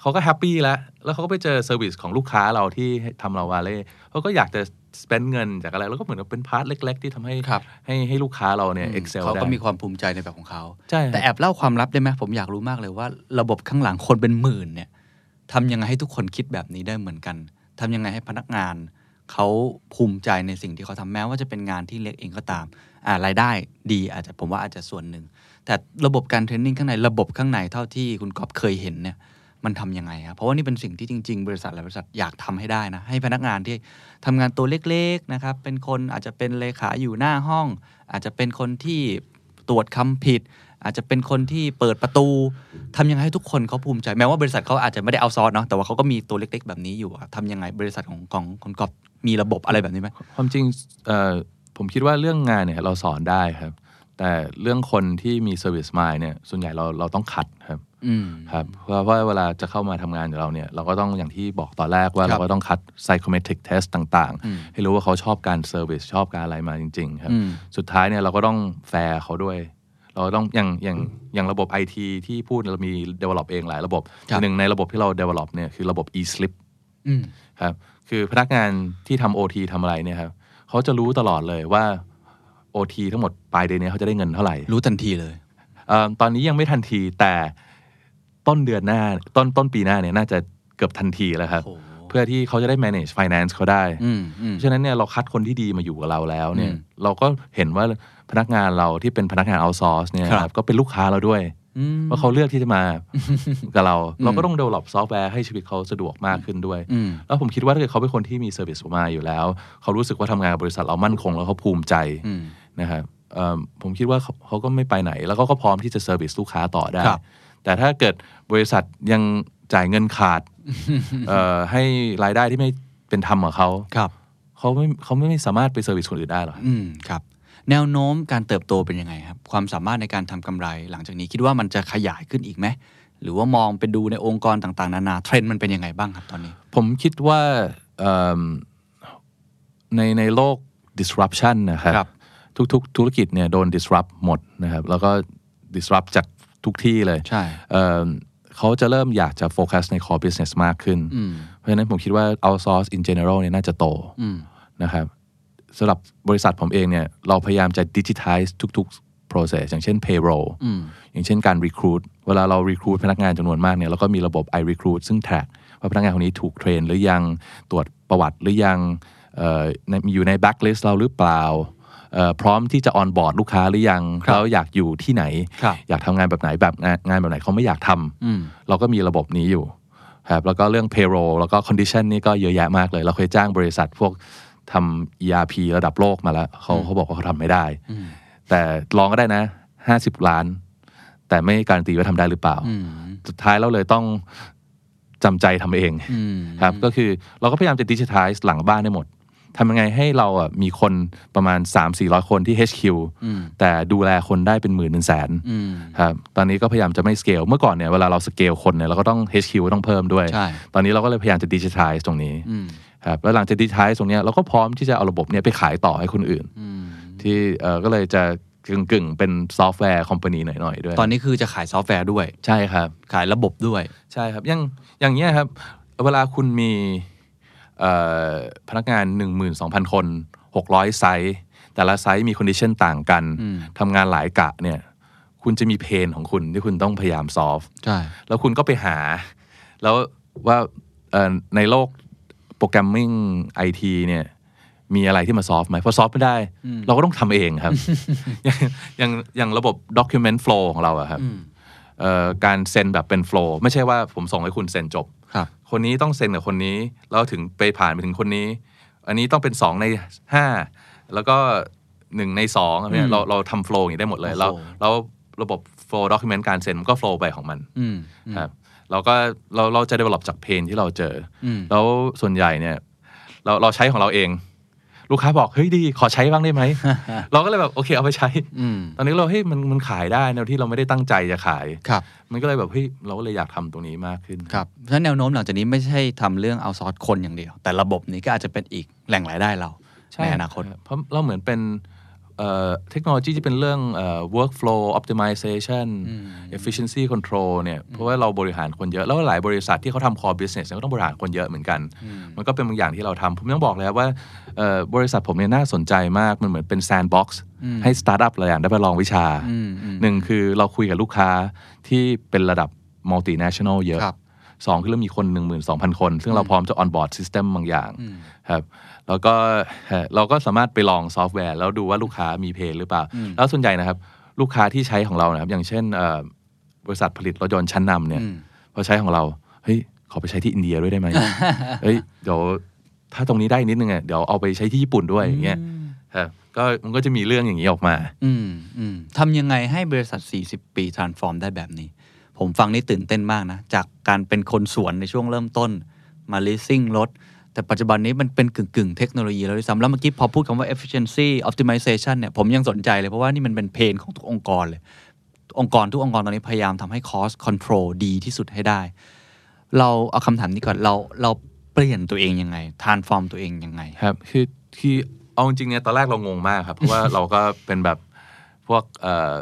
Speaker 5: เขาก็แฮปปี้แล้ว แล้วเขาก็ไปเจอเซอร์วิสของลูกค้าเราที่ทำเราวาเล่เขาก็อยากจะ spend เงินจากอะไร แล้วก็เหมือนกับเป็นพาร์ทเล็ก ๆ ที่ทำให้
Speaker 3: ครับ
Speaker 5: ให้ให้ลูกค้าเราเนี่ย excel
Speaker 3: เขา
Speaker 5: ได้
Speaker 3: ก็มีความภูมิใจในแบบของเขา
Speaker 5: ใช่
Speaker 3: แต่แอบเล่าความลับได้ไหมผมอยากรู้มากเลยว่า ระบบข้างหลังคนเป็นหมื่นเนี่ยทำยังไงให้ทุกคนคิดแบบนี้ได้เหมือนกันทำยังไงให้พนักงานเขาภูมิใจในสิ่งที่เขาทำแม้ว่าจะเป็นงานที่เล็กเองก็ตามอ่ารายได้ดีอาจจะผมว่าอาจจะส่วนหนึ่ง แต่ระบบการเทรนนิ่งข้างในระบบข้างในเท่าที่คุณก๊อฟเคยเห็นเนี่ยมันทำยังไงครับเพราะว่านี่เป็นสิ่งที่จริง ๆ บริษัทหลายบริษัทอยากทำให้ได้นะให้พนักงานที่ทำงานตัวเล็กๆนะครับเป็นคนอาจจะเป็นเลขาอยู่หน้าห้อง อาจจะเป็นคนที่ ตรวจคำผิด อาจจะเป็นคนที่เปิดประตูทำยังไงให้ทุกคนเขาภูมิใจ แม้ว่าบริษัทเขาอาจจะไม่ได้เอาซอสเนาะแต่ว่าเขาก็มีตัวเล็กๆ แบบนี้อยู่อะทำยังไงบริษัทของของคนกอบมีระบบอะไรแบบนี้ไหม
Speaker 5: ความจริงเอ่อผมคิดว่าเรื่องงานเนี่ยเราสอนได้ครับ แต่เรื่องคนที่มี service mind เนี่ยส่วนใหญ่เราเราต้องคัดครับ
Speaker 3: อืม
Speaker 5: ครับเพราะว่าเวลาจะเข้ามาทำงานกับเราเนี่ย เราก็ต้องอย่างที่บอกตอนแรกว่า
Speaker 3: ครั
Speaker 5: เรา
Speaker 3: บ
Speaker 5: ก็ต้องคัด psychometric test ต่าง
Speaker 3: อืม
Speaker 5: ๆ ให้รู้ว่าเขาชอบการเซอร์วิสชอบการอะไรมาจริง ๆ ครับ
Speaker 3: อืม
Speaker 5: สุดท้ายเนี่ยเราก็ต้องแฟร์เขาด้วย เราต้องอย่างอย่างอย่างระบบ IT ที่พูดเรามี develop เองหลายระบบหนึ่งในระบบที่เรา develop เนี่ยคือระบบ e-slip
Speaker 3: อืม
Speaker 5: ครับคือพนักงานที่ทำ OT ทำอะไรเนี่ยครับเขาจะรู้ตลอดเลยว่า OT ทั้งหมดปลายเดือนเนี้เขาจะได้เงินเท่าไหร่
Speaker 3: รู้ทันทีเลย
Speaker 5: เอิ่มตอนนี้ยังไม่ทันทีแต่ต้นเดือนหน้าต้นต้นปีหน้าเนี่ยน่าจะเกือบทันทีแล้วครับ
Speaker 3: โอ้โห
Speaker 5: เพื่อที่เขาจะได้ manage finance เขาได้
Speaker 3: อืมอืม
Speaker 5: เพราะฉะนั้นเนี่ยเราคัดคนที่ดีมาอยู่กับเราแล้วเนี่ย
Speaker 3: อืม
Speaker 5: เราก็เห็นว่าพนักงานเราที่เป็นพนักงาน outsource เนี่ย
Speaker 3: ครับ
Speaker 5: ครับก็เป็นลูกค้าเราด้วย
Speaker 3: อืม
Speaker 5: ว่าเขาเลือกที่จะมา กับ เรา เราก็ต้อง develop software ให้ชีวิตเขาสะดวกมากขึ้นด้วย
Speaker 3: อืม
Speaker 5: แล้วผมคิดว่าถ้าเกิดเขาเป็นคนที่มี service มาอยู่แล้ว เขารู้สึกว่าทำงานกับบริษัทเรามั่นคงแล้วเขาภูมิใจ
Speaker 3: อืม
Speaker 5: นะครับเอิ่มผมคิดว่าเขาเขาก็ไม่ไปไหน แล้วเขาก็พร้อมที่จะเซอร์วิสลูกค้าต่อได้
Speaker 3: ครับ
Speaker 5: แต่ถ้าเกิดบริษัทยังจ่ายเงินขา ดเอ่อให้รายได้ที่ไม่เป็นธรรมกับเขา
Speaker 3: ครับ
Speaker 5: เขาไม่เขาไม่สามารถไปเซอร์วิสคนอื่นได้หรอก
Speaker 3: อืมครับ แนวโน้มการเติบโตเป็นยังไงครับ ความสามารถในการทำกำไร หลังจากนี้คิดว่ามันจะขยายขึ้นอีกไหมหรือว่ามองไปดูในองค์กรต่างๆนานาเทรนด์มันเป็นยังไงบ้างครับตอนนี้
Speaker 5: ผมคิดว่าเอิ่มในในโลก disruption นะครับ
Speaker 3: ครับ
Speaker 5: ทุกๆ ธุรกิจเนี่ยโดน disrupt หมดนะครับ แล้วก็ disrupt จากทุกที่เลย
Speaker 3: ใช่
Speaker 5: เอิ่มเขาจะเริ่มอยากจะโฟกัสใน core business มากขึ้น เพราะฉะนั้นผมคิดว่า outsource in general เนี่ยน่าจะโตนะครับสำหรับบริษัทผมเองเนี่ยเราพยายามจะ digitize ทุกๆ process อย่างเช่น payroll อย่างเช่นการ recruit เวลาเรา recruit พนักงานจำนวนมากเนี่ยเราก็มีระบบ i recruit ซึ่ง track ว่าพนักงานคนนี้ถูกเทรนหรือยังตรวจประวัติหรือยังเอ่อในมีอยู่ใน blacklist เราหรือเปล่าเอ่อพร้อมที่จะ on board ลูกค้าหรือยังแล้วอยากอยู่ที่ไหน
Speaker 3: ครับ
Speaker 5: อยากทำงานแบบไหนแบบงานงานแบบไหนเขาไม่อยากทำเราก็มีระบบนี้อยู่ครับแล้วก็เรื่อง payroll แล้วก็ condition นี่ก็เยอะแยะมากเลย เราเคยจ้างบริษัทพวกทำ ERP ระดับโลกมาแล้วเขาเขาบอกว่าเขาทำไม่ได้ แต่ลองก็ได้นะ 50 ล้าน แต่ไม่การันตีว่าทำได้หรือเปล่า สุดท้ายเราเลยต้องจำใจทำเองครับก็คือเราก็พยายามจะดิจิทัลหลังบ้านได้หมดทำยังไงให้เราอ่ะมีคนประมาณ 3-400 คนที่ HQ แต่ดูแลคนได้เป็นหมื่นเป็นแสนครับตอนนี้ก็พยายามจะไม่สเกลเมื่อก่อนเนี่ยเวลาเราสเกลคนเนี่ยเราก็ต้อง HQ ต้องเพิ่มด้วย
Speaker 3: ใช่
Speaker 5: ตอนนี้เราก็เลยพยายามจะดิจิทัลตรงนี้ครับแล้วหลังจากดิจิทัลตรงเนี้ยเราก็พร้อมที่จะเอาระบบเนี้ยไปขายต่อให้คนอื่น ที่เอ่อก็เลยจะ กึ่งกึ่งๆเป็นซอฟต์แวร์คอมพานีหน่อยๆด้วย
Speaker 3: ตอนนี้คือจะขายซอฟต์แวร์ด้วย
Speaker 5: ใช่ครับ
Speaker 3: ขายระบบด้วย
Speaker 5: ใช่ครับอย่างอย่างเงี้ยครับ เวลาคุณมีเอ่อพนักงาน 12,000 คน 600 ไซต์แต่ละไซต์มีค d i ดิชันต่างกันทำงานหลายกะเนี่ยคุณจะมีเพนของคุณที่คุณต้องพยายามซอฟ
Speaker 3: ใช่
Speaker 5: แล้วคุณก็ไปหา แล้วว่าเอ่อในโลกโปรแกรมมิ่งไอทีเนี่ย มีอะไรที่มาซอฟไหมพอซอฟไม่ได้ เราก็ต้องทำเอง ครับ อย่างอย่างระบบ Document Flow ของเราอะครับเอ่อการเซ็นแบบเป็น flow ไม่ใช่ว่าผมส่งให้คุณเซ็นจบ
Speaker 3: ครับ
Speaker 5: คนนี้ต้องเซ็นกับคนนี้ แล้วถึงไปผ่านไปถึงคนนี้ อันนี้ต้องเป็น 2 ใน 5 แล้วก็ 1 ใน2อะไรเงี้ยเราเราทำโฟล์อย่างนี้ได้หมดเลย แล้ว
Speaker 3: โอ้โห
Speaker 5: แล้วระบบโฟล์ด็อกิเมนต์การเซ็นมันก็โฟล์ไปของมัน
Speaker 3: อืม
Speaker 5: ครับเราก็เราเราจะ develop จากเพนที่เราเจออ
Speaker 3: ม
Speaker 5: แล้วส่วนใหญ่เนี่ย เราเราใช้ของเราเอง ลูกค้าบอก เฮ้ยดี ขอใช้บ้างได้ไหม เราก็เลยแบบโอเคเอาไปใช้
Speaker 3: อืม
Speaker 5: ตอนนี้เราเฮ้ยมันมันขายได้นะที่เราไม่ได้ตั้งใจจะขาย
Speaker 3: ครับ
Speaker 5: มันก็เลยแบบเฮ้ยเราก็เลยอยากทำตรงนี้มากขึ้น
Speaker 3: ครับเพราะฉะนั้นแนวโน้มหลังจากนี้ไม่ใช่ทำเรื่องเอาซอสคนอย่างเดียว แต่ระบบนี้ก็อาจจะเป็นอีกแหล่งรายได้เรา
Speaker 5: ใช่
Speaker 3: ในอนาคต
Speaker 5: รับเพราะเราเหมือนเป็นเอ่อเทคโนโลยีที่เป็นเรื่องเอ่อ workflow optimization efficiency control เนี่ยเพราะว่าเราบริหารคนเยอะ แล้วหลายบริษัทที่เขาทำ core business เนี่ยก็ต้องบริหารคนเยอะเหมือนกัน มันก็เป็นบางอย่างที่เราทำผมต้องบอกเลยครับว่าเอ่อบริษัทผมเนี่ยน่าสนใจมาก มันเหมือนเป็น sandbox ให้ startup หลายอย่างได้ไปลองวิชาหนึ่งคือเราคุยกับลูกค้าที่เป็นระดับ multinational เยอะ
Speaker 3: ครับ
Speaker 5: สองคือเรามีคน 12,000 คน ซึ่งเราพร้อมจะ onboard system บางอย่างครับแล้วก็ เอ่อเราก็สามารถไปลองซอฟต์แวร์ แล้วดูว่าลูกค้ามีเพลหรือเปล่า แล้วส่วนใหญ่นะครับ ลูกค้าที่ใช้ของเรานะครับ อย่างเช่นเอ่อบริษัทผลิตรถยนต์ชั้นนำเนี่ยพอใช้ของเราเฮ้ยขอไปใช้ที่อินเดียด้วย ได้ไหม เฮ้ยเดี๋ยวถ้าตรงนี้ได้นิดนึงอ่ะเดี๋ยวเอาไปใช้ที่ญี่ปุ่นด้วยอย่างเงี้ยครับก็มันก็จะมีเรื่องอย่างนี้ออกมา
Speaker 3: อืมอืมทำยังไงให้บริษัท 40 ปี transform ได้แบบนี้ ผมฟังนี่ตื่นเต้นมากนะ จากการเป็นคนสวนในช่วงเริ่มต้น มา leasing รถ แต่ปัจจุบันนี้มันเป็นกึ่งกึ่งๆเทคโนโลยีแล้วด้วยซ้ำแล้วเมื่อกี้พอพูดคำว่า efficiency optimization เนี่ยผมยังสนใจเลย เพราะว่านี่มันเป็นเพนของทุกองค์กรเลย องค์กรทุกองค์กรตอนนี้พยายามทำให้ cost control ดีที่สุดให้ได้ เราเอาคำถามนี้ก่อนเราเราเปลี่ยนตัวเองยังไง transform ตัวเองยังไง
Speaker 5: ครับคือคือเอาจริงๆเนี่ยตอนแรกเรางงมากครับ เพราะว่า เราก็เป็นแบบพวกเอ่อ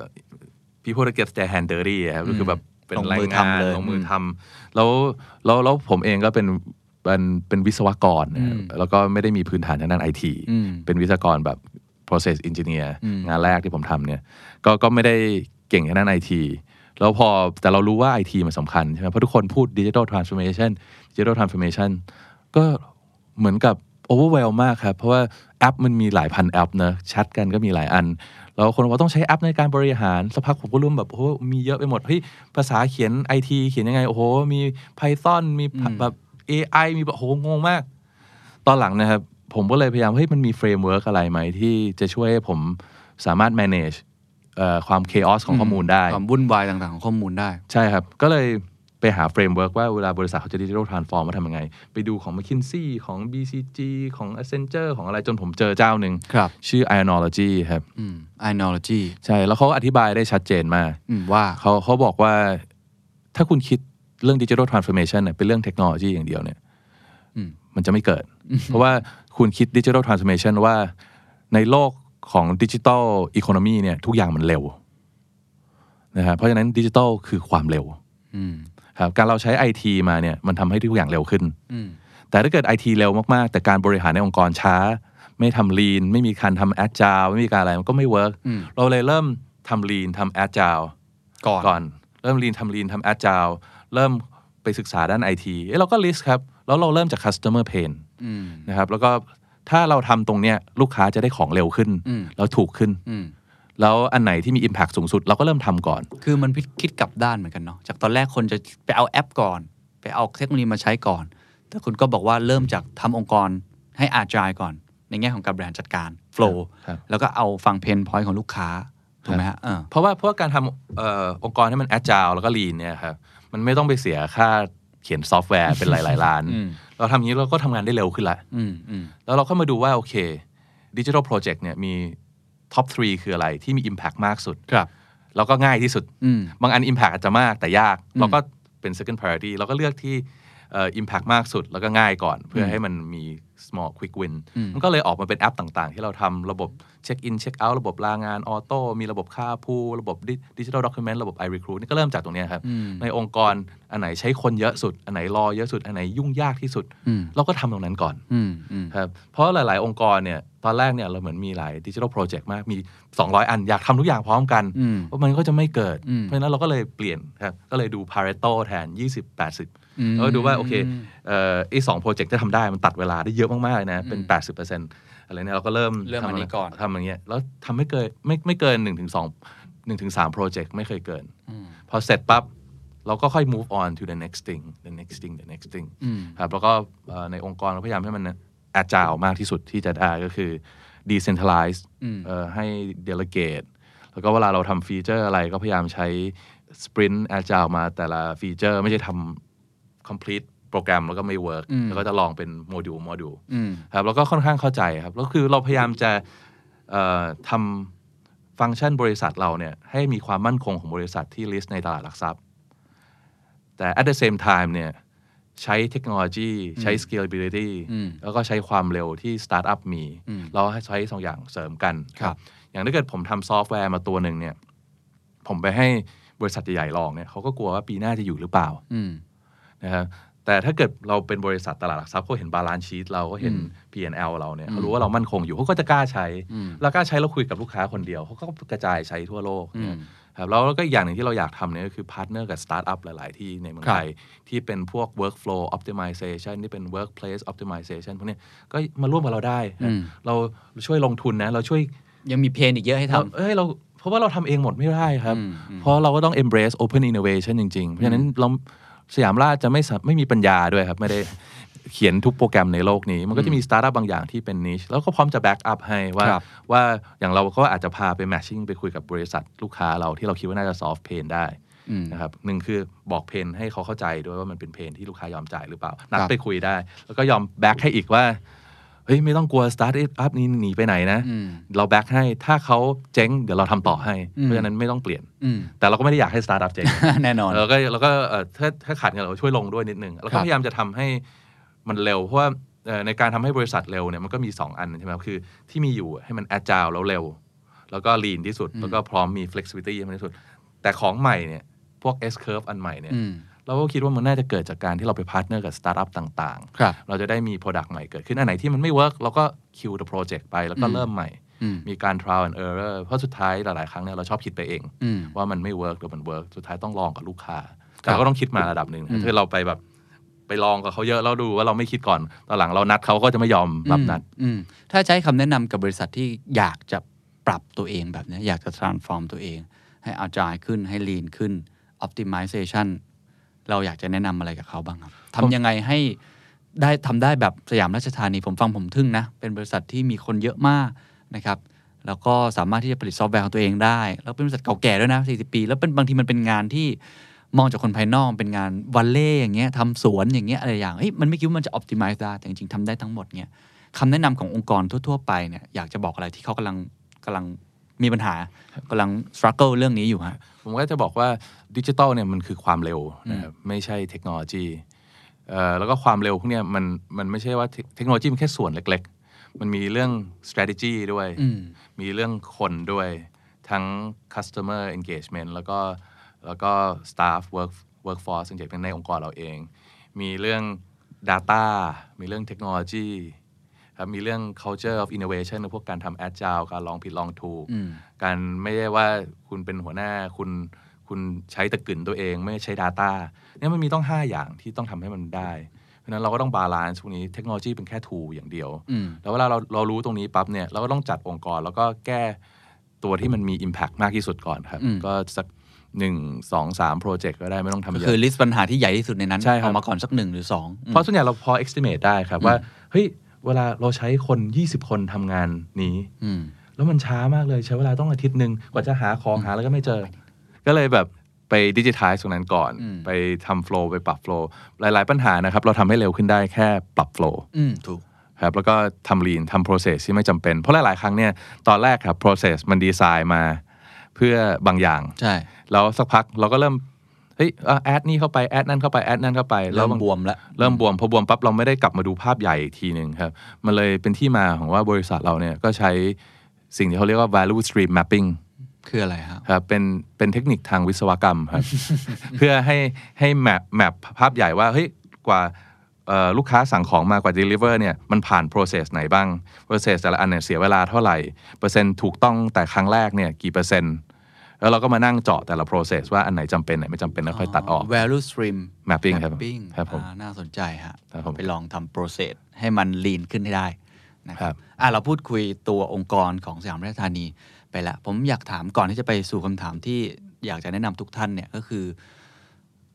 Speaker 5: people that get their hand dirty อะครับก็คือแบบเป็น
Speaker 3: ลง
Speaker 5: แรา
Speaker 3: มือง
Speaker 5: ยาน
Speaker 3: ทำเลย
Speaker 5: ลงมือทำแล้วแล้วแล้วผมเองก็เป็นเป็นเป็นวิศวกรนะครับแล้วก็ไม่ได้มีพื้นฐานทางด้านไอที
Speaker 3: อืม
Speaker 5: เป็นวิศวกรแบบ process engineer งานแรกที่ผมทำเนี่ยก็ก็ไม่ได้เก่งทางด้านไอทีแล้วพอแต่เรารู้ว่าไอทีมันสำคัญใช่ไหมเพราะทุกคนพูดดิจิ t a ลทรานส์ o r m a t i o n ดิจิ t a ลทรานส์ o r m a t i o n ก็เหมือนกับโอเวอร์เวลมากครับ เพราะว่าแอปมันมีหลายพันแอปนะแชทกันก็มีหลายอัน แล้วคนบอกว่าต้องใช้แอปในการบริหารสักพักผมก็รู้แบบโอ้โหมีเยอะไปหมดเฮ้ยภาษาเขียนไอทีเขียนยังไง โอ้โห มี Python มีแบบ AI มีแบบโอ้โหงงมาก ตอนหลังนะครับ ผมก็เลยพยายาม เฮ้ย มันมีเฟรมเวิร์กอะไรไหม ที่จะช่วยให้ผมสามารถ manage เอ่อความ chaos ของข้อมูลได้
Speaker 3: ความวุ่นวายต่างๆของข้อมูลได้
Speaker 5: ใช่ครับ ก็เลยไปหาเฟรมเวิร์กว่าเวลาบริษัทเขาจะดิจิทัลทรานส์ฟอร์มว่าทำยังไง ไปดูของ McKinsey ของ BCG ของ Accenture ของอะไรจนผมเจอเจ้าหนึ่ง
Speaker 3: ครับ
Speaker 5: ชื่อ Ionology ครับ
Speaker 3: อืม ideology
Speaker 5: ใช่ แล้วเขาอธิบายได้ชัดเจนมาก
Speaker 3: อืมว่า
Speaker 5: เขาเขาบอกว่าถ้าคุณคิดเรื่องดิจิ t a ลทราน s f o r m a t i o n เนี่ยเป็นเรื่องเทคโนโลยีอย่างเดียวเนี่ย
Speaker 3: อืม
Speaker 5: มันจะไม่ เกิด เพราะว่าคุณคิดดิจิ t a ลทราน s f o r m a t i o n ว่าในโลกของดิจิ t a ลอีโคโนมีเนี่ยทุกอย่างมันเร็วนะฮะเพราะฉะนั้นดิจิ t a ลคือความเร็ว
Speaker 3: อืม
Speaker 5: ครับการเราใช้ IT มาเนี่ยมันทำให้ทุกอย่างเร็วขึ้น
Speaker 3: อืม
Speaker 5: แต่ถ้าเกิด IT เร็วมาก ๆ แต่การบริหารในองค์กรช้า ไม่ทำ lean ไม่มีการทำ agile ไม่มีการอะไรมันก็ไม่เวิร์ก
Speaker 3: อืม
Speaker 5: เราเลยเริ่มทำ lean ทำ agile
Speaker 3: ก่อน
Speaker 5: ก่อนเริ่มลีนทำลีนทำแอดจาวเริ่มไปศึกษาด้านไอทีเราก็ลิสต์ครับ แล้วเราเริ่มจาก customer pain
Speaker 3: อืม
Speaker 5: นะครับแล้วก็ถ้าเราทำตรงเนี้ยลูกค้าจะได้ของเร็วขึ้น
Speaker 3: อืม
Speaker 5: แล้วถูกขึ้น
Speaker 3: อืม
Speaker 5: แล้วอันไหนที่มี Impact สูงสุด เราก็เริ่มทำก่อน
Speaker 3: คือมันพิคิดกลับด้านเหมือนกันเนาะ จากตอนแรกคนจะไปเอาแอปก่อน ไปเอาเทคโนโลยีมาใช้ก่อน แต่คุณก็บอกว่าเริ่มจากทำองค์กรให้อาจายก่อน ในแง่ของการบริหารจัดการ โฟล์
Speaker 5: ครับ
Speaker 3: แล้วก็เอาฟังเพนพอยต์ของลูกค้า ถูกไหมฮะเออ
Speaker 5: เพราะว่าเพราะว่าการทำเออองค์กรให้มันแอดจาวแล้วก็ลีนเนี่ยครับมันไม่ต้องไปเสียค่าเขียนซอฟต์แวร์เป็นหลาย ๆ ล้าน เราทำอย่างนี้เราก็ทำงานได้เร็วขึ้นละ
Speaker 3: อืมอืม
Speaker 5: แล้วเราก็มาดูว่า โอเคดิจิทัลโปรเจกต์เนี่ยมีท็อป 3 คืออะไรที่มี Impact มากสุด
Speaker 3: ครับ
Speaker 5: แล้วก็ง่ายที่สุด
Speaker 3: อืม
Speaker 5: บางอัน Impact อาจจะมากแต่ยาก เราก็เป็น second priority เราก็เลือกที่เอ่อ impact มากสุดแล้วก็ง่ายก่อน เพื่อให้มันมี small quick win มันก็เลยออกมาเป็นแอปต่างๆ ที่เราทำระบบเช็คอินเช็คเอาท์ระบบลางานออโต้มีระบบค่าพูระบบดิจิทัลด็อกิเมนต์ระบบ i recruit นี่ก็เริ่มจากตรงเนี้ยครับ ในองค์กรอันไหนใช้คนเยอะสุด อันไหนรอเยอะสุด อันไหนยุ่งยากที่สุด เราก็ทำตรงนั้นก่อน
Speaker 3: อืมอืม
Speaker 5: ครับเพราะหลาย ๆ องค์กรเนี่ยตอนแรกเนี่ยเราเหมือนมีหลายดิจิทัลโปรเจกต์มากมี 200 อันอยากทำทุกอย่างพร้อมกัน
Speaker 3: อืม
Speaker 5: เพราะมันก็จะไม่เกิด
Speaker 3: อืม
Speaker 5: เพราะฉะนั้นเราก็เลยเปลี่ยนครับก็เลยดูพาเรโตแทน 20
Speaker 3: อืม
Speaker 5: 80 แล้วก็ดูว่า โอเคเอ่อไอ้สองโปรเจกต์ที่ทำได้มันตัดเวลาได้เยอะมาก ๆ เลยนะ เป็น 80%อะไรเนี่ยเราก็เริ่ม
Speaker 3: เริ่มอันนี้ก่อน
Speaker 5: ทำอย่างเงี้ยแล้วทำไม่เกินไม่ไม่เกิน1-2 1-3โปรเจกต์ไม่เคยเกิน พอเสร็จปั๊บเราก็ค่อย move on to the next thing the next thing the next thing ครับแล้วก็เอ่อในองค์กรเราพยายามให้มันอาจาวมากที่สุดที่จะได้ก็คือ decentralize เอ่อให้ delegate แล้วก็เวลาเราทำฟีเจอร์อะไรก็พยายามใช้ sprint agile มาแต่ละฟีเจอร์ไม่ใช่ทำ complete โปรแกรมแล้วก็ไม่ work แล้วก็จะลองเป็นโมดูลโมดูลครับแล้วก็ค่อนข้างเข้าใจครับแล้วคือเราพยายามจะเอ่อทำฟังก์ชันบริษัทเราเนี่ยให้มีความมั่นคงของบริษัทที่ list ในตลาดหลักทรัพย์ แต่ at the same time เนี่ยใช้เทคโนโลยีใช้ scalability แล้วก็ใช้ความเร็วที่ startup มี เราให้ใช้สองอย่างเสริมกัน
Speaker 3: ครับ
Speaker 5: อย่างถ้าเกิดผมทำซอฟต์แวร์มาตัวหนึ่งเนี่ย ผมไปให้บริษัทใหญ่ๆลองเนี่ยเขาก็กลัวว่าปีหน้าจะอยู่หรือเปล่านะครับแต่ถ้าเกิดเราเป็นบริษัทตลาดหลักทรัพย์เขาเห็นบาลานซ์ชีตเราก็เห็น P&L เราเนี่ยเขารู้ว่าเรามั่นคงอยู่เขาก็จะกล้าใช้ แล้วกล้าใช้แล้วคุยกับลูกค้าคนเดียวเขาก็กระจายใช้ทั่วโลกเนี่ยครับแล้วก็อีกอย่างหนึ่งที่เราอยากทำเนี่ยก็คือพาร์ทเนอร์กับสตาร์ทอัพหลาย ๆ ที่ในเมืองไทย ที่เป็นพวก workflow optimization ที่เป็น workplace optimization พวกเนี้ยก็มาร่วมกับเราได้นะเราช่วยลงทุนนะเราช่วย
Speaker 4: ยังมีเพนอีกเยอะให้ท
Speaker 5: เราเอ้ยเราเพราะว่าเราทำเองหมดไม่ได้ครับ เพราะเราก็ต้อง embrace open innovation จริง ๆ เพราะฉะนั้นเราสยามราชจะไม่สาไม่มีปัญญาด้วยครับ ไม่ได้เขียนทุกโปรแกรมในโลกนี้ มันก็จะมีสตาร์ทอัพบางอย่างที่เป็น niche แล้วก็พร้อมจะ back up ให้ว่า
Speaker 3: ครับ
Speaker 5: ว่าอย่างเราก็อาจจะพาไป matching ไปคุยกับบริษัทลูกค้าเราที่เราคิดว่าน่าจะ solve pain ได้นะครับหนึ่งคือบอกเพนให้เขาเข้าใจด้วยว่ามันเป็นเพนที่ลูกค้ายอมจ่ายหรือเปล่านัดไปคุยได้ แล้วก็ยอม back ให้อีกว่า เฮ้ย ไม่ต้องกลัวสตาร์ทอัพนี้หนีไปไหนนะ เราแบ็กให้ถ้าเขาเจ๊ง เดี๋ยวเราทำต่อให้ เพราะฉะนั้นไม่ต้องเปลี่ยน แต่เราก็ไม่ได้อยากให้สตาร์ทอัพเจ๊ง
Speaker 4: ำ แน่นอน
Speaker 5: เราก็เราก็เอ่อถ้าถ้าขาดเงินเราช่วยลงด้วยนิดนึง แล้ว
Speaker 4: ครั
Speaker 5: ก็
Speaker 4: บ
Speaker 5: พยายามจะทำให้มันเร็ว เพราะว่าเอ่อในการทำให้บริษัทเร็วเนี่ยมันก็มี 2 อันใช่ไหมครับคือที่มีอยู่ให้มันแอจาวแล้วเร็ว แล้วก็ lean ที่สุด แล้วก็พร้อมมี flexibility ให้มากที่สุด แต่ของใหม่เนี่ยพวก S curve อันใหม่เนี่ยเราก็คิดว่ามันน่าจะเกิดจากการที่เราไปพาร์ทเนอร์กับสตาร์ทอัพต่าง
Speaker 3: ครับ
Speaker 5: ๆ เราจะได้มี Product ใหม่เกิดขึ้นอันไหนที่มันไม่ work เราก็ kill the project ไปแล้วก็เริ่มใหม่ มีการ trial and error เพราะสุดท้ายหลายๆ ครั้งเนี่ยเราชอบคิดไปเอง ว่ามันไม่ work หรือมัน work สุดท้ายต้องลองกับลูกค้า แต่ก็ต้องคิดมาระดับหนึ่งนะถ้าเราไปแบบไปลองกับเขาเยอะแล้วดูว่าเราไม่คิดก่อนตอนหลังเรานัดเขาก็จะไม่ยอมรับนัด
Speaker 3: อืมถ้าใช้คำแนะนำกับบริษัทที่อยากจะปรับตัวเองแบบเนี้ยอยากจะ transform ตัวเอง ให้อาจายขึ้นให้ lean ขึ้น optimization เราอยากจะแนะนำอะไรกับเขาบ้างครับทำยังไงให้ได้ทำได้แบบสยามราชธานีผมฟังผมทึ่งนะ เป็นบริษัทที่มีคนเยอะมากนะครับ แล้วก็สามารถที่จะผลิตซอฟต์แวร์ของตัวเองได้ แล้วเป็นบริษัทเก่าแก่ด้วยนะ 40 ปี แล้วเป็นบางทีมันเป็นงานที่มองจากคนภายนอกเป็นงานวันเล่อย่างเงี้ยทำสวนอย่างเงี้ยอะไรอย่างเฮ้ยมันไม่คิดว่ามันจะ optimize ได้แต่จริงๆทำได้ทั้งหมดเงี้ย คำแนะนำขององค์กรทั่ว ๆ ไปเนี่ยอยากจะบอกอะไรที่เขากำลังกำลังมีปัญหากำลัง struggle เรื่องนี้อยู่ฮะ
Speaker 5: ผมก็จะบอกว่าดิจิตอลเนี่ยมันคือความเร็วนะครับไม่ใช่เทคโนโลยีเอ่อแล้วก็ความเร็วพวกเนี้ยมันมันไม่ใช่ว่าเทคเทคโนโลยีมันแค่ส่วนเล็ก ๆ มันมีเรื่อง strategy ด้วย มีเรื่องคนด้วย ทั้ง customer engagement แล้วก็แล้วก็ staff work workforce engagement ในองค์กรเราเอง มีเรื่อง data มีเรื่องเทคโนโลยีครับมีเรื่อง culture of innovation พวกการทำ agile การลองผิดลองถูก การไม่ได้ว่าคุณเป็นหัวหน้าคุณคุณใช้ตะกึ่นตัวเองไม่ใช้ Data เนี่ยมันมีต้อง 5 อย่างที่ต้องทำให้มันได้ เพราะฉะนั้นเราก็ต้องบาลานซ์พวกนี้เทคโนโลยีเป็นแค่ tool อย่างเดียว แล้วเวลาเราเรารู้ตรงนี้ปั๊บเนี่ยเราก็ต้องจัดองค์กรแล้วก็แก้ตัวที่มันมี Impact มากที่สุดก่อนครับ ก็สักหนึ่งสองสามโปรเจกต์ก็ได้ไม่ต้องทำ
Speaker 3: ก็
Speaker 5: เยอะ
Speaker 3: คือ list ปัญหาที่ใหญ่ที่สุดในนั้น
Speaker 5: ใช่ครับ
Speaker 3: เอามาก่อนสักหนึ่งหรือสองอืม
Speaker 5: เพราะส่วนใหญ่เราพอ estimate ได้ครับว่า เฮ้ย เวลาเราใช้คน 20 คนทำงานนี้ แล้วมันช้ามากเลยใช้เวลาต้องอาทิตย์หนึ่งกว่าจะหาของหาแล้วก็ไม่เจอ ก็เลยแบบไปดิจิทัลตรงนั้นก่อน ไปทำโฟล์ไปปรับโฟล์หลาย ๆ ปัญหานะครับ เราทำให้เร็วขึ้นได้แค่ปรับโฟล์
Speaker 3: อืม ถูก
Speaker 5: ครับแล้วก็ทำ lean ทำ process ที่ไม่จำเป็น เพราะหลาย ๆ ครั้งเนี่ยตอนแรกครับ process มันดีไซน์มาเพื่อบางอย่าง
Speaker 3: ใช่
Speaker 5: แล้วสักพักเราก็เริ่ม เฮ้ยเอ่อแอดนี่เข้าไปแอดนั่นเข้าไปแอดนั่นเข้าไปแล้
Speaker 3: เริ่
Speaker 5: ว
Speaker 3: ม
Speaker 5: บาง
Speaker 3: บวมแล้ว
Speaker 5: เริ่มบวมพอบวมปั๊บเราไม่ได้กลับมาดูภาพใหญ่อีกทีหนึ่งครับ มันเลยเป็นที่มาของว่าบริษัทเราเนี่ยก็ใช้สิ่งที่เขาเรียกว่า value stream mapping
Speaker 3: คืออะไรครับ
Speaker 5: ครับเป็นเป็นเทคนิคทางวิศวกรรมครับ เพื่อให้ให้แมปแมปภาพใหญ่ว่าเฮ้ยกว่าเอ่อลูกค้าสั่งของมากว่า deliver เนี่ยมันผ่าน process ไหนบ้าง process แต่ละอันเนี่ยเสียเวลาเท่าไหร่ เปอร์เซ็นต์ถูกต้องแต่ครั้งแรกเนี่ยกี่เปอร์เซ็นต์ แล้วเราก็มานั่งเจาะแต่ละ process ว่าอันไหนจำเป็นอันไหนไม่จำเป็นแล้วค่อยตัดออก
Speaker 3: value stream
Speaker 5: mapping ครับ
Speaker 3: mapping
Speaker 5: ครับผม
Speaker 3: อ่าน่าสนใจฮะ
Speaker 5: ครับผม
Speaker 3: ไปลองทำ process ให้มัน lean ขึ้นให้ได้นะค
Speaker 5: ครั
Speaker 3: รับบ อ่ะเราพูดคุยตัวองค์กรของสยามราชธานีไปละผมอยากถามก่อนที่จะไปสู่คำถามที่อยากจะแนะนำทุกท่านเนี่ยก็คือ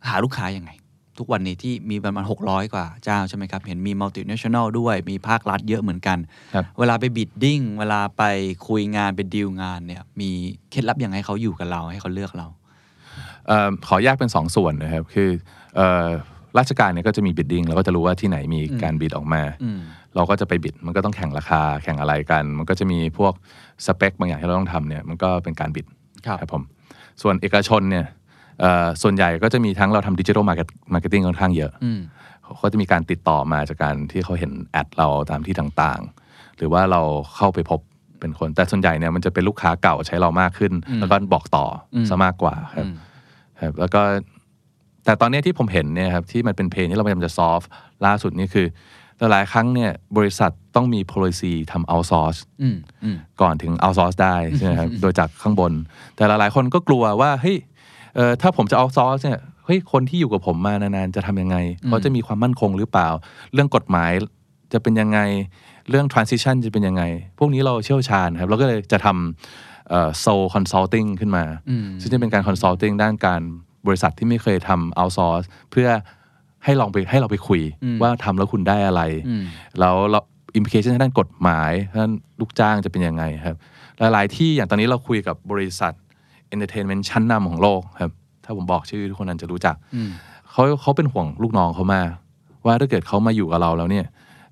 Speaker 3: หาลูกค้ายังไง ทุกวันนี้ที่มีประมาณ 600 กว่าเจ้าใช่ไหมครับ เห็นมี multinational ด้วยมีภาครัฐเยอะเหมือนกัน
Speaker 5: ครับ
Speaker 3: เวลาไปบิดดิ้งเวลาไปคุยงานไปดีลงานเนี่ยมีเคล็ดลับยังไงให้เขาอยู่กับเราให้เขาเลือกเรา
Speaker 5: เอ่อขอแยกเป็น 2 ส่วนนะครับ คือเอ่อราชการเนี่ยก็จะมีบิดดิ้งเราก็จะรู้ว่าที่ไหนมีการบิดออกมา
Speaker 3: อืม
Speaker 5: เราก็จะไปบิดมันก็ต้องแข่งราคาแข่งอะไรกัน มันก็จะมีพวกสเปคบางอย่างที่เราต้องทำเนี่ยมันก็เป็นการบิด
Speaker 3: ครับ
Speaker 5: ผมส่วนเอกชนเนี่ยเอ่อส่วนใหญ่ก็จะมีทั้งเราทำดิจิทัลมาร์เก็ตติ้งค่อนข้างเยอะ
Speaker 3: อืม
Speaker 5: เขาก็จะมีการติดต่อมาจากการที่เขาเห็นแอดเราตามที่ต่างๆ หรือว่าเราเข้าไปพบเป็นคน แต่ส่วนใหญ่เนี่ยมันจะเป็นลูกค้าเก่าใช้เรามากขึ้น แล้วก็บอกต่ออซะมากกว่าครับครับแล้วก็แต่ตอนเนี้ยที่ผมเห็นเนี่ยครับที่มันเป็นเพลงที่เราพยายามจะซอฟล่าสุดนี่คือหลายๆครั้งเนี่ยบริษัทต้องมี policy ทำ outsource
Speaker 3: อืมอืม
Speaker 5: ก่อนถึงเอาซอสได้ใช่ไหมครับ โดยจากข้างบน แต่หลายๆ คนก็กลัวว่าเฮ้ยเอ่อถ้าผมจะเอาซอสเนี่ยเฮ้ยคนที่อยู่กับผมมานานๆ จะทำยังไงเขาจะมีความมั่นคงหรือเปล่า เรื่องกฎหมายจะเป็นยังไงเรื่อง transition จะเป็นยังไง พวกนี้เราเชี่ยวชาญครับเราก็เลยจะทำโซลคอนซัลทิงขึ้นมา ซึ่งจะเป็นการคอนซัลทิงด้านการบริษัทที่ไม่เคยทำเอาซอสเพื่อให้ลองไปให้เราไปคุยว่าทำแล้วคุณได้อะไร แล้วเราอิมพิเคชันด้านกฎหมายด้านลูกจ้างจะเป็นยังไงครับ หลาย ๆ ที่อย่างตอนนี้เราคุยกับบริษัท Entertainment ชั้นนำของโลกครับ ถ้าผมบอกชื่อทุกคนนั้นจะรู้จักเขาเขาเป็นห่วงลูกน้องเขามากว่าถ้าเกิดเขามาอยู่กับเราแล้วเนี่ย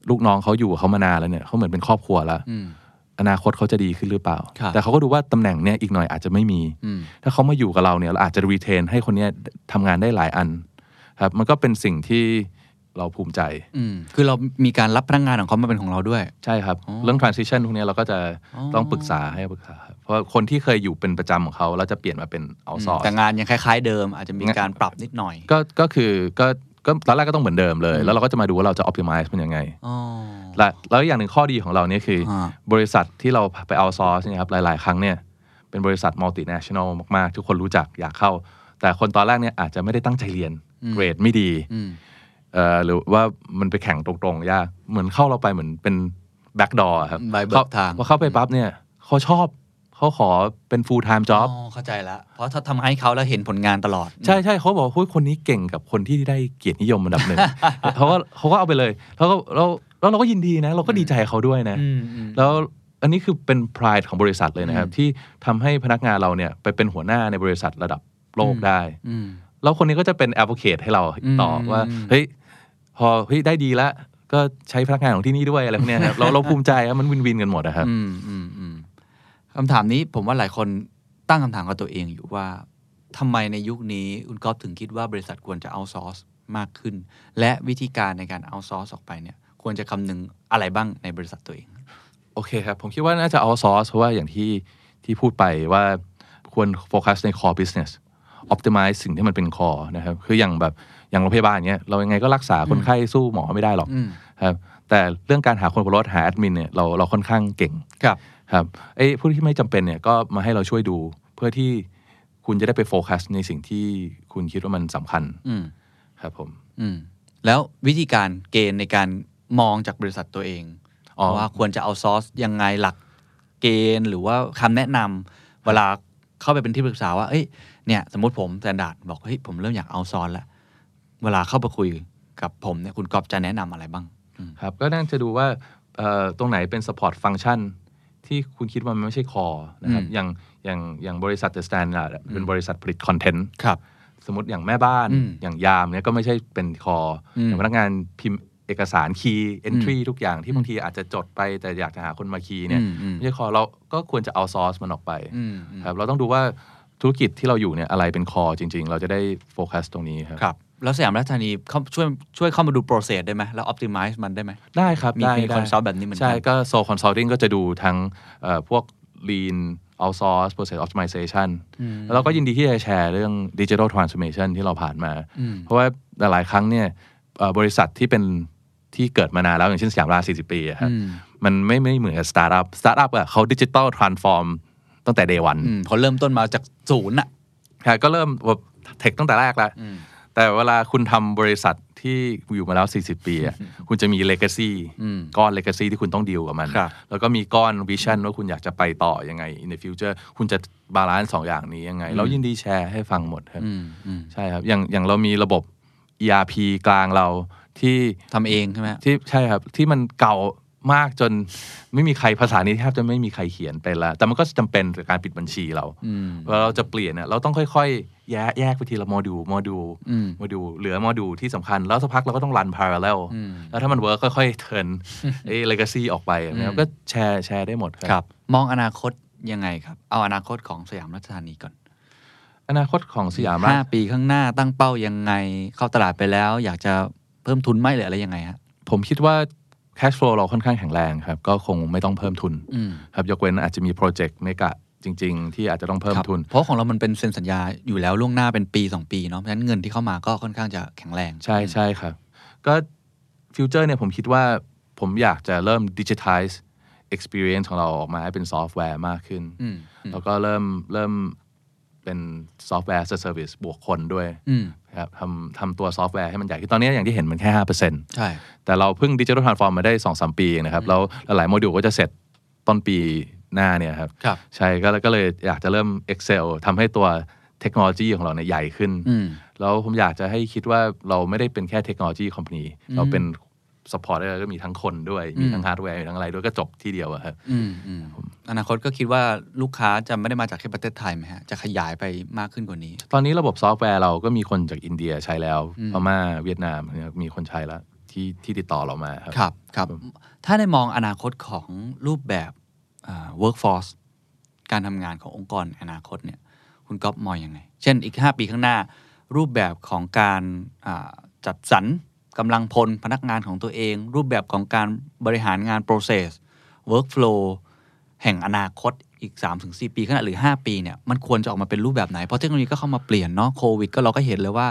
Speaker 5: ลูกน้องเขาอยู่กับเขามานานแล้วเนี่ยเขาเหมือนเป็นครอบครัวแล้วอนาคตเขาจะดีขึ้นหรือเปล่า
Speaker 3: ครับ
Speaker 5: แต่เขาก็ดูว่าตำแหน่งเนี่ยอีกหน่อยอาจจะไม่มี ถ้าเขามาอยู่กับเราเนี่ยเราอาจจะรีเทนให้คนเนี้ยทำงานได้หลายอันครับมันก็เป็นสิ่งที่เราภูมิใจ
Speaker 3: อืมคือเรามีการรับพนักงานของเขามาเป็นของเราด้วย
Speaker 5: ใช่ครับ เรื่อง transition พวกเนี้ยเราก็จะต้องปรึกษาให้ปรึกษาครับเพราะคนที่เคยอยู่เป็นประจำของเขาแล้วจะเปลี่ยนมาเป็น outsource
Speaker 3: แต่งานยังคล้าย ๆ เดิม อาจจะมีการปรับนิดหน่อย
Speaker 5: ก็ก็คือก็ก็ตอนแรกก็ต้องเหมือนเดิมเลย แล้วเราก็จะมาดูว่าเราจะ optimize มันยังไง
Speaker 3: อ๋อ
Speaker 5: และแล้วอย่างหนึ่งข้อดีของเราเนี่ยคืออ
Speaker 3: ฮะ
Speaker 5: บริษัทที่เราไป outsource เนี่ยครับหลาย ๆ ครั้งเนี่ยเป็นบริษัท multinational มาก ๆ ทุกคนรู้จักอยากเข้า แต่คนตอนแรกเนี่ยอาจจะไม่ได้ตั้งใจเรียนเกรดไม่ดี
Speaker 3: อืม
Speaker 5: เอ่อหรือว่ามันไปแข่งตรงๆยากเหมือนเข้าเราไปเหมือนเป็นแบ็กดอร์ครับ
Speaker 3: ใบเบิก
Speaker 5: ข้
Speaker 3: ทาง
Speaker 5: พอเข้าไปปั๊บเนี่ยเขาชอบเขาขอเป็น full time
Speaker 3: อ๋
Speaker 5: job
Speaker 3: อเข้าใจละเพราะถ้าทำให้เขาแล้วเห็นผลงานตลอด
Speaker 5: ใช่ใช่เขาบอกว่าหุ้ยคนนี้เก่งกับคนที่ได้เกียรตินิยมอันดับหนึ่ง เขาก็เขาก็เอาไปเลยแล้วก็แล้วแล้วเราก็ยินดีนะ เราก็ดีใจกับเขาด้วยนะ
Speaker 3: อืมอืม
Speaker 5: แล้วอันนี้คือเป็น pride ของบริษัทเลยนะครับ ที่ทำให้พนักงานเราเนี่ยไปเป็นหัวหน้าในบริษัทระดับโลกได้
Speaker 3: อืม
Speaker 5: แล้วคนนี้ก็จะเป็น advocate ให้เราต่ออ
Speaker 3: ม
Speaker 5: ว่า เฮ้ย พอเฮ้ยได้ดีละก็ใช้พนักงานของที่นี่ด้วยอะไรพวกเนี้ยครับ เราเราภูมิใจครับมันวินวินกันหมดนะครับ
Speaker 3: อืมอืมอืมคำถามนี้ผมว่าหลายคนตั้งคำถามกับตัวเองอยู่ว่าทำไมในยุคนี้คุณก๊อฟถึงคิดว่าบริษัทควรจะเอาซอร์สมากขึ้น และวิธีการในการเอาซอร์สออกไปเนี่ย ควรจะคำนึงอะไรบ้างในบริษัทตัวเอง
Speaker 5: โอเคครับ ผมคิดว่าน่าจะเอาซอสเพราะว่าอย่างที่ที่พูดไปว่าควรโฟกัสใน core business optimize สิ่งที่มันเป็น core นะครับ คืออย่างแบบอย่างโรงพยาบาลเนี้ยเรายังไงก็รักษาคนไข้สู้หมอไม่ได้หรอกครับแต่เรื่องการหาคนบนรถหาแอดมินเนี่ยเราเราค่อนข้างเก่ง
Speaker 3: ครับ
Speaker 5: ครับไอ้ผู้ที่ไม่จำเป็นเนี่ยก็มาให้เราช่วยดู เพื่อที่คุณจะได้ไปโฟกัสในสิ่งที่คุณคิดว่ามันสำคัญ
Speaker 3: อืม
Speaker 5: ครับผม
Speaker 3: อืมแล้ววิธีการเกณฑ์ในการมองจากบริษัทตัวเอง
Speaker 5: อ๋อ
Speaker 3: ว่าควรจะเอาซอสยังไงหลักเกณฑ์หรือว่าคำแนะนำเวลาเข้าไปเป็นที่ปรึกษาว่าเอ้ยเนี่ยสมมติผมแตนดาร์ดบอกเฮ้ยผมเริ่มอยากเอาซอสแล้ว เวลาเข้าไปคุยกับผมเนี่ยคุณก๊อฟจะแนะนำอะไรบ้าง
Speaker 5: ครับก็น่าจะดูว่าเอ่อตรงไหนเป็น support function ที่คุณคิดว่ามันไม่ใช่คอนะครับ
Speaker 3: อืม
Speaker 5: อย่างอย่างอย่างบริษัท The Standard อะเป็นบริษัทผลิตคอนเทนต์
Speaker 3: ครับ
Speaker 5: สมมติอย่างแม่บ้าน
Speaker 3: อืม
Speaker 5: อย่างยามเนี่ยก็ไม่ใช่เป็นคอ
Speaker 3: อืม
Speaker 5: อย่างพนักงานพิมพ์เอกสารคีย์เอนทรีทุกอย่างที่บางทีอาจจะจดไปแต่อยากจะหาคนมาคีย์เนี่ย
Speaker 3: อืมอืม
Speaker 5: ไม่ใช่คอเราก็ควรจะเอาซอสมันออกไป
Speaker 3: อืมอืม
Speaker 5: ครับเราต้องดูว่า ธุรกิจที่เราอยู่เนี่ยอะไรเป็นคอจริง ๆ เราจะได้โฟกัสตรงนี้ครับ
Speaker 3: ครับ แล้วสยามราชธานีเข้าช่วยช่วยเข้ามาดูโปรเซสได้ไหมแล้ว optimize มันได้ไหม
Speaker 5: ได้ครับ
Speaker 3: มี
Speaker 5: ได้
Speaker 3: มี
Speaker 5: ได้
Speaker 3: consult แบบนี้เหมือนกัน
Speaker 5: ใช่ก็โซคอนซัลทิงก็จะดูทั้งเอ่อพวก Lean Outsource Process Optimization แล้วเราก็ยินดีที่จะแชร์เรื่อง Digital Transformation ที่เราผ่านมา เพราะว่าหลายๆครั้งเนี่ยเอ่อบริษัทที่เป็นที่เกิดมานานแล้วอย่างเช่นสยามราช40 ปีอะครับมันไม่ไม่เหมือนกับสตาร์ทอัพสตาร์ทอัพอะเขาดิจิ t a ลทรานส์ฟอร์มตั้งแต่ day one
Speaker 3: อืมเขาเริ่มต้นมาจากศูนย์อ่ะ
Speaker 5: ค่ะก็เริ่มแบบเทคตั้งแต่แรกแล้ว แต่เวลาคุณทำบริษัทที่อยู่มาแล้ว 40 ปีอะคุณจะมีเลก a ซีก้อนเลก a ซีที่คุณต้องดีลกับมัน
Speaker 3: ครับ
Speaker 5: แล้วก็มีก้อนวิชั่นว่าคุณอยากจะไปต่อยังไง ในฟิวเจอร์คุณจะบาลานซ์สองอย่างนี้ยังไง เรายินดีแชร์ให้ฟังหมดครับ ใช่ครับ อย่างอย่างเรามีระบบ ERP กลางเราที่
Speaker 3: ทำเองใช่ไหม
Speaker 5: ที่ใช่ครับ ที่มันเก่ามากจนไม่มีใครภาษานี้แทบจะไม่มีใครเขียนเป็นละแต่มันก็จำเป็นกับการปิดบัญชีเราเวลาเราจะเปลี่ยนเนี่ยเราต้องค่อยๆ แยกแยกไปทีละโมดูลโมดูลโมดูลเหลือโมดูลที่สำคัญ แล้วสักพักเราก็ต้องรันพารา l ล l แล้วถ้ามันเวิร์กค่อยๆเทิร์นไอ้เลกาซีออกไปนะครับก็แชร์แชร์ได้หมดครับ
Speaker 3: มองอนาคตยังไงครับ เอาอนาคตของสยามราชธานีก่อน
Speaker 5: อนาคตของสยามรา
Speaker 3: ห้า
Speaker 5: ช
Speaker 3: ปีข้างหน้าตั้งเป้ายังไงเข้าตลาดไปแล้ว อยากจะเพิ่มทุนไหมหรืออะไรยังไงฮะ
Speaker 5: ผมคิดว่า cash flow เราค่อนข้างแข็งแรงครับ ก็คงไม่ต้องเพิ่มทุน
Speaker 3: อืม
Speaker 5: ครับยกเว้นอาจจะมีโปรเจกต์เมกะจริง ๆ ที่อาจจะต้องเพิ่ม
Speaker 3: ครับ
Speaker 5: ทุน
Speaker 3: เพราะของเรามันเป็นเซ็นสัญญาอยู่แล้วล่วงหน้าเป็นปี 2 ปีเนาะเพราะฉะนั้นเงินที่เข้ามาก็ค่อนข้างจะแข็งแรง
Speaker 5: ใช่ใช่ครับ ก็ฟิวเจอร์เนี่ยผมคิดว่าผมอยากจะเริ่มดิจิทัล experience ของเราออกมาให้เป็นซอฟต์แวร์มากขึ้น
Speaker 3: อืม
Speaker 5: แล้วก็เริ่มเริ่มเป็นซอฟต์แวร์ as a service บวกคนด้วย
Speaker 3: อืม
Speaker 5: ครับทำทำตัวซอฟต์แวร์ให้มันใหญ่ขึ้นตอนนี้อย่างที่เห็นมันแค่ 5%
Speaker 3: ใช่
Speaker 5: แต่เราเพิ่งดิจิทัลทรานส์ฟอร์มมาได้ 2-3 ปีเองนะครับ แล้วหลายๆโมดูลก็จะเสร็จต้นปีหน้าเนี่ยครับ
Speaker 3: ครับ
Speaker 5: ใช่ก็ก็เลยอยากจะเริ่ม Excel ทำให้ตัวเทคโนโลยีของเราเนี่ยใหญ่ขึ้น
Speaker 3: อืม
Speaker 5: แล้วผมอยากจะให้คิดว่าเราไม่ได้เป็นแค่เทคโนโลยีคอมพานีเราเป็น support ได้แล้วก็มีทั้งคนด้วย มีทั้งฮาร์ดแวร์มีทั้งอะไรด้วยก็จบที่เดียวอะครับ
Speaker 3: อืมอืมอนาคตก็คิดว่าลูกค้าจะไม่ได้มาจากแค่ประเทศไทยไหมฮะ จะขยายไปมากขึ้นกว่านี้
Speaker 5: ตอนนี้ระบบซอฟต์แวร์เราก็มีคนจากอินเดียใช้แล้วพม่าเวียดนามเนี่ยมีคนใช้แล้วที่ที่ติดต่อเรามาครับ
Speaker 3: ครับครับ ถ้าได้มองอนาคตของรูปแบบอ่า workforce การทำงานขององค์กรอนาคตเนี่ย คุณก๊อฟมองยังไง เช่นอีก 5 ปีข้างหน้า รูปแบบของการอ่าจัดสรรกำลังพลพนักงานของตัวเอง รูปแบบของการบริหารงาน process workflow แห่งอนาคตอีก 3-4 ปีข้างหน้าหรือ 5 ปีเนี่ยมันควรจะออกมาเป็นรูปแบบไหน เพราะเทคโนโลยีก็เข้ามาเปลี่ยนเนาะโควิดก็เราก็เห็นเลยว่า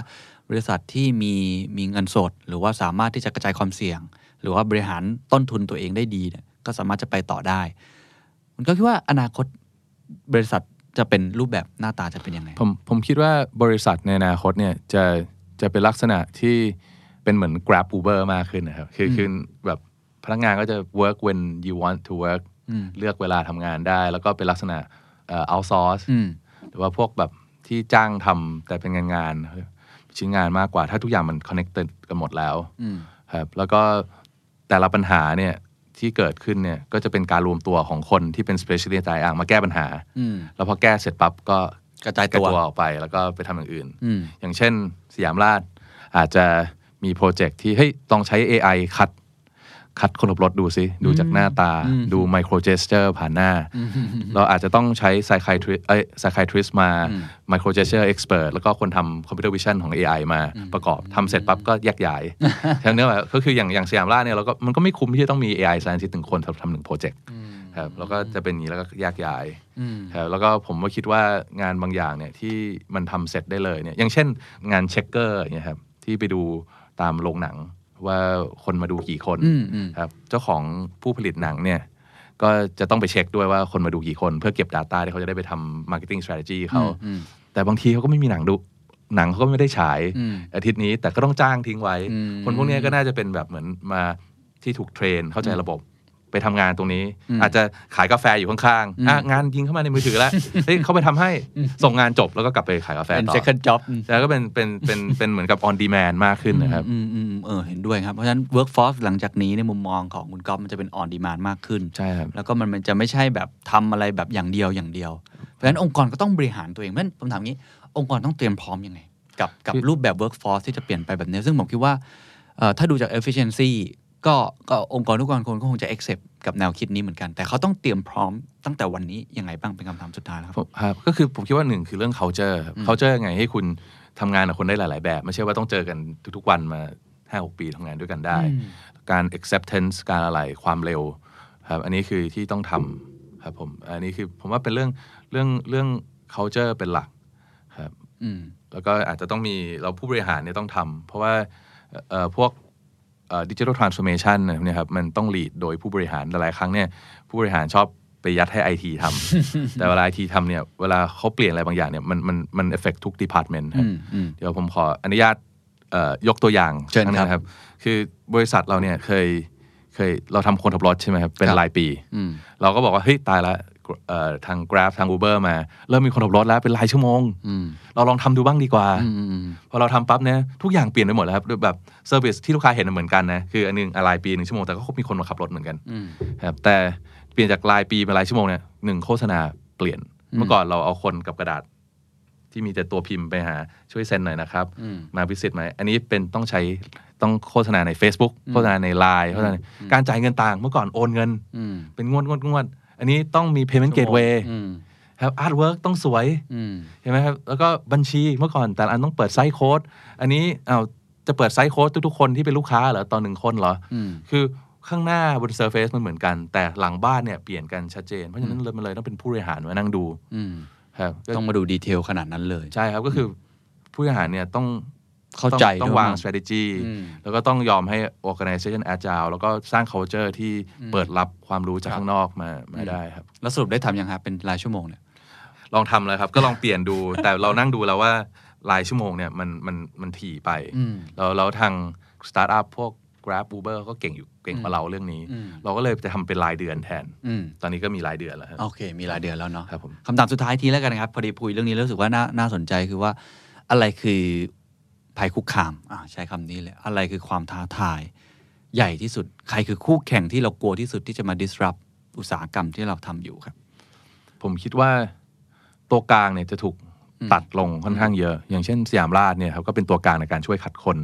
Speaker 3: บริษัทที่มีมีเงินสด หรือว่าสามารถที่จะกระจายความเสี่ยง หรือว่าบริหารต้นทุนตัวเองได้ดีเนี่ยก็สามารถจะไปต่อได้ มันก็คิดว่าอนาคตบริษัทจะเป็นรูปแบบหน้าตาจะเป็นยังไง
Speaker 5: ผมผมคิดว่าบริษัทในอนาคตเนี่ยจะจะเป็นลักษณะที่เป็นเหมือน Grab Uber มากขึ้นนะครับ คือคือแบบพนักงานก็จะ work when you want to work เลือกเวลาทำงานได้ แล้วก็เป็นลักษณะเอ่อ outsource
Speaker 3: อืม
Speaker 5: หรือว่าพวกแบบที่จ้างทำแต่เป็นงานงานๆชิ้นงานมากกว่า ถ้าทุกอย่างมัน connected กันหมดแล้วครับแล้วก็แต่ละปัญหาเนี่ยที่เกิดขึ้นเนี่ยก็จะเป็นการรวมตัวของคนที่เป็น specialist ในอ่างมาแก้ปัญหา
Speaker 3: อืม
Speaker 5: แล้วพอแก้เสร็จปั๊บก็
Speaker 3: กระจายตัว
Speaker 5: กระตัวออกไปแล้วก็ไปทำอย่างอื่น
Speaker 3: อืม
Speaker 5: อย่างเช่นสยามราชอาจจะมีโปรเจกต์ที่เฮ้ยลองใช้ AI คัด คัดคนขับรถดูซิ ดูจากหน้าตา ดูไมโครเจสเจอร์ผ่านหน้า เราอาจจะต้องใช้ psychiatrist เอ้ย psychiatrist มา micro gesture expert แล้วก็คนทำ computer vision ของ AI มาประกอบทำเสร็จปั๊บก็แยก ย้ายฉะนั้นเนี่ยก็คืออย่างอย่างสยามราชเนี่ยเราก็มันก็ไม่คุ้มที่จะต้องมี AI scientist หนึ่งคนทำทำหนึ่งโปรเจกต์ครับแล้วก็จะเป็นอย่างนี้แล้วก็แยกย้าย ครับแล้วก็ผมก็คิดว่างานบางอย่างเนี่ยที่มันทำเสร็จได้เลยเนี่ยอย่างเช่นงานเช็คเกอร์เนี่ยครับที่ไปดูตามโรงหนังว่าคนมาดูกี่คนครับเจ้าของผู้ผลิตหนังเนี่ยก็จะต้องไปเช็คด้วยว่าคนมาดูกี่คน เพื่อเก็บ Data ที่เขาจะได้ไปทำ Marketing Strategy เขา แต่บางทีเขาก็ไม่มีหนังดูหนังเขาก็ไม่ได้ฉายอาทิตย์นี้แต่ก็ต้องจ้างทิ้งไว้ คนพวกเนี้ยก็น่าจะเป็นแบบเหมือนมาที่ถูกเทรนเข้าใจระบบ ไปทำงานตรงนี้ อาจจะขายกาแฟอยู่ข้างๆอ่ะงานยิงเข้ามาในมือถือแล้ว เฮ้ยเขาไปทำให้ส่งงานจบแล้วก็กลับไปขายกาแฟ
Speaker 3: เป็น
Speaker 5: ต่อ
Speaker 3: second job อืม
Speaker 5: แล้วก็เป็นเป็นเป็นเป็นเหมือนกับ on demand มากขึ้นนะครับ
Speaker 3: อืมอืมเออเห็นด้วยครับ เพราะฉะนั้น workforce หลังจากนี้ในมุมมองของคุณก๊อฟมันจะเป็น on demand มากขึ้น
Speaker 5: ใช่ครับ
Speaker 3: แล้วก็มันมันจะไม่ใช่แบบทำอะไรแบบอย่างเดียวอย่างเดียว เพราะฉะนั้นองค์กรก็ต้องบริหารตัวเองเพราะฉะนั้นผมถามงี้ องค์กรต้องเตรียมพร้อมยังไง กับกับรูปแบบ workforce ที่จะเปลี่ยนไปแบบนี้ ซึ่งผมคิดว่าเอ่อถ้าดูจาก efficiency ก็ก็องค์กรทุกองค์กรคงคงจะ accept กับแนวคิดนี้เหมือนกัน แต่เขาต้องเตรียมพร้อมตั้งแต่วันนี้ยังไงบ้างเป็นคำถามสุดท้ายแล้วครับ
Speaker 5: ผมครับก็คือผมคิดว่าหนึ่งคือเรื่อง culture ครับ culture ยังไงให้คุณทำงานกับคนได้หลาย ๆ แบบ ไม่ใช่ว่าต้องเจอกันทุก ๆ วันมาห้าหกปีทำงานด้วยกันได้ การ acceptance การอะไรความเร็วครับอันนี้คือที่ต้องทำครับผมอันนี้คือผมว่าเป็นเรื่องเรื่องเรื่อง culture เป็นหลักครับ
Speaker 3: อืม
Speaker 5: แล้วก็อาจจะต้องมีเราผู้บริหารเนี่ยต้องทำเพราะว่าเอ่อพวกดิจิทัลทรานส์ o r m a t i o n เนี่ยครับมันต้อง lead โดยผู้บริหารหลายๆครั้งเนี่ยผู้บริหารชอบไปยัดให้ไอทีทำ แต่เวลาไอทีทำเนี่ยเวลาเขาเปลี่ยนอะไรบางอย่างเนี่ยมันมันมันเอฟเฟกทุก department ครับ
Speaker 3: อืมอืม
Speaker 5: เดี๋ยวผมขออนุญาตเอ่อยกตัวอย่าง
Speaker 3: เชิญครับ
Speaker 5: อันหนึ่งนะคือบริษัทเราเนี่ยเคยเคยเราทำคนขับรถใช่ไหมครับเป็นรายปี
Speaker 3: อืม
Speaker 5: เราก็บอกว่าเฮ้ยตายละเอ่อทาง Grab ทาง Uber มา เริ่มมีคนขับรถแล้วเป็นรายชั่วโมง
Speaker 3: อืม
Speaker 5: เราลองทำดูบ้างดีกว่า
Speaker 3: อืมอืม
Speaker 5: พอเราทำปั๊บเนี่ยทุกอย่างเปลี่ยนไปหมดแล้วครับด้วยแบบเซอร์วิสที่ลูกค้าเห็นนะเหมือนกันนะคืออันหนึงอะรายปีหนึ่งชั่วโมงแต่ก็คงมีคนมาขับรถเหมือนกัน
Speaker 3: อืม
Speaker 5: ครับแต่เปลี่ยนจากรายปีเป็นรายชั่วโมงเนี่ยหนึ่งโฆษณาเปลี่ยนเมื่อก่อนเราเอาคนกับกระดาษ ที่มีแต่ตัวพิมพ์ไปหาช่วยเซ็นหน่อยนะครับ มาพิสิทธิ์ไหมอันนี้เป็นต้องใช้ต้องโฆษณาใน Facebook โฆษณาในไลน์โฆษณาในการจ่ายเงินต่างเมื่อก่อนโอนเงิน
Speaker 3: อืม
Speaker 5: เป็นงวดงวดงวดอันนี้ต้องมี payment gateway
Speaker 3: อืม
Speaker 5: ครับ artwork ต้องสวย
Speaker 3: อืม
Speaker 5: เห็นไหมครับ แล้วก็บัญชีเมื่อก่อนแต่ละอันต้องเปิดไซต์โค้ด อันนี้อ้าวจะเปิดไซต์โค้ดทุกๆคนที่เป็นลูกค้าเหรอตอนหนึ่งคนเหรออ
Speaker 3: ม
Speaker 5: คือข้างหน้าบนเซอร์เฟซมันเหมือนกัน แต่หลังบ้านเนี่ยเปลี่ยนกันชัดเจน เพราะฉะนั้นเลยมันเลยต้องเป็นผู้บริหารมานั่งดู
Speaker 3: อืม
Speaker 5: ครับก็
Speaker 3: ต้องมาดูดีเทลขนาดนั้นเลย
Speaker 5: ใช่ครับก็คือผู้บริหารเนี่ยต้อง
Speaker 3: เข้าใจ
Speaker 5: ต้องต้อง
Speaker 3: ด้วย
Speaker 5: วาง
Speaker 3: มั้ง
Speaker 5: strategy
Speaker 3: อืม
Speaker 5: แล้วก็ต้องยอมให้ organization agile แล้วก็สร้าง culture ที่เปิดรับความรู้จากข้างนอกมามาได้ครับ
Speaker 3: แล้วสรุปได้ทำยังฮะเป็นรายชั่วโมงเนี่ย
Speaker 5: ลองทำเลยครับ ก็ลองเปลี่ยนดู แต่เรานั่งดูแล้วว่าหลายชั่วโมงเนี่ยมันมันมันถี่ไป
Speaker 3: อืม
Speaker 5: แล้วแล้วทางสตาร์ทอัพพวก Grab Uber ก็เก่งอยู่เก่งกว่าเราเรื่องนี้
Speaker 3: อืม
Speaker 5: เราก็เลยจะทำเป็นรายเดือนแทน
Speaker 3: อืม
Speaker 5: ตอนนี้ก็มีรายเดือนแล้วครับ
Speaker 3: โอเค มีหลายเดือนแล้วเนาะ
Speaker 5: ครับผม
Speaker 3: คำถามสุดท้ายทีแล้วกันนะครับ พอดีพูยเรื่องนี้แล้วรู้สึกว่าน่าน่าสนใจคือว่า อะไรคือภัยคุกคามอ่ะใช้คำนี้เลย อะไรคือความท้าทาย ใหญ่ที่สุด ใครคือคู่แข่งที่เรากลัวที่สุดที่จะมา disrupt อุตสาหกรรมที่เราทำอยู่ครับ
Speaker 5: ผมคิดว่าตัวกลางเนี่ยจะถูกตัดลงค่อนข้างเยอะ อย่างเช่นสยามราชเนี่ยครับก็เป็นตัวกลางในการช่วยขัดคน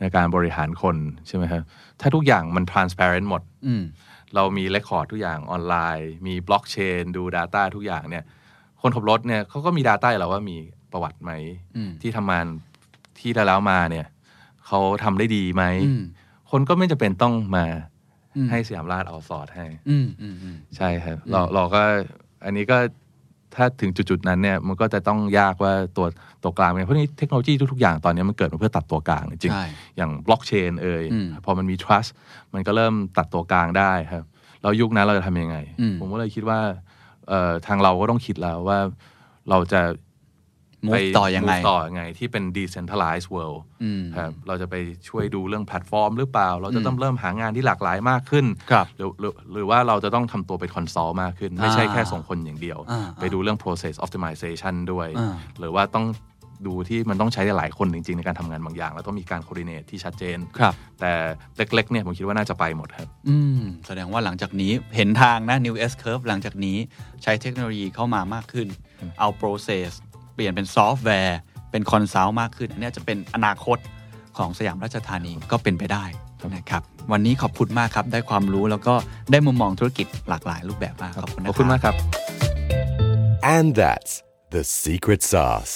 Speaker 5: ในการบริหารคนใช่ไหมครับถ้าทุกอย่างมัน transparent หมด
Speaker 3: อืม
Speaker 5: เรามีเรคคอร์ดทุกอย่างออนไลน์ มีบล็อกเชนดู Data ทุกอย่างเนี่ย คนขับรถเนี่ยเขาก็มี Data อยู่แล้วว่ามีประวัติไหม
Speaker 3: อืม
Speaker 5: ที่ทำงานที่ได้แล้วมาเนี่ยเขาทำได้ดีไหม
Speaker 3: อืม
Speaker 5: คนก็ไม่จำเป็นต้องมาให้สยามราชเอาสอดให้
Speaker 3: อืมอืมอืม
Speaker 5: ใช่ครับเราเราก็อันนี้ก็ถ้าถึงจุด ๆ นั้นเนี่ยมันก็จะต้องยากว่าตัวตัวกลางเป็นเพราะนี่เทคโนโลยีทุก ๆ อย่างตอนนี้มันเกิดมาเพื่อตัดตัวกลางจริง
Speaker 3: ใช่
Speaker 5: ๆอย่างบล็อกเชนเอ่ย
Speaker 3: อืม
Speaker 5: พอมันมี trust มันก็เริ่มตัดตัวกลางได้ครับ เรายุคนั้นเราจะทำยังไง
Speaker 3: อืม
Speaker 5: ผมก็เลยคิดว่าเอ่อทางเราก็ต้องคิดแล้วว่าเราจะ
Speaker 3: มู
Speaker 5: ไป
Speaker 3: ฟต่อยังไง
Speaker 5: move ต่อยังไงที่เป็น decentralized world
Speaker 3: อืม
Speaker 5: ครับเราจะไปช่วยดูเรื่องแพลตฟอร์มหรือเปล่า เราจะต้องเริ่มหางานที่หลากหลายมากขึ้น
Speaker 3: ครับ
Speaker 5: หรือหรือหรือว่าเราจะต้องทำตัวเป็นคอนซัลท์มากขึ้น ไม่ใช่
Speaker 3: อ่า
Speaker 5: แค่ส่งคนอย่างเดียว
Speaker 3: อ่า
Speaker 5: ไปดูเรื่อง process optimization ด้วย
Speaker 3: อ่า
Speaker 5: หรือว่าต้องดูที่มันต้องใช้หลายคนจริง ๆ ในการทำงานบางอย่าง แล้วต้องมีการ coordinate ที่ชัดเจน
Speaker 3: ครับ
Speaker 5: แต่เล็กๆเนี่ยผมคิดว่าน่าจะไปหมดครับ
Speaker 3: อืม แสดงว่าหลังจากนี้เห็นทางนะ New S Curve หลังจากนี้ใช้เทคโนโลยีเข้ามามากขึ้น เอา process เปลี่ยนเป็นซอฟต์แวร์ เป็นคอนซัลท์มากขึ้น อันเนี้ยจะเป็นอนาคตของสยามราชธานีก็เป็นไปได้นะครับวันนี้ขอบคุณมากครับ ได้ความรู้แล้วก็ได้มุมมองธุรกิจหลากหลายรูปแบบมากขอบคุณนะ
Speaker 5: ข
Speaker 3: รั
Speaker 5: อบคุณมากครับ
Speaker 1: And that's the secret sauce.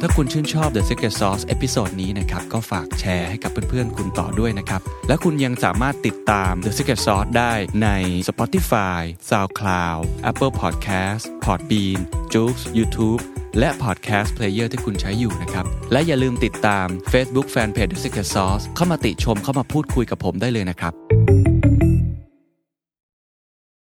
Speaker 3: ถ้าคุณชื่นชอบ The Secret Sauce เอพิโซดนี้นะครับ ก็ฝากแชร์ให้กับเพื่อนๆ คุณต่อด้วยนะครับ และคุณยังสามารถติดตาม The Secret Sauce ได้ใน Spotify, SoundCloud, Apple Podcast, Podbean, j o o x YouTube และ Podcast Player ที่คุณใช้อยู่นะครับ และอย่าลืมติดตาม Facebook Fanpage The Secret Sauce เข้ามาติชมเข้ามาพูดคุยกับผมได้เลยนะครับ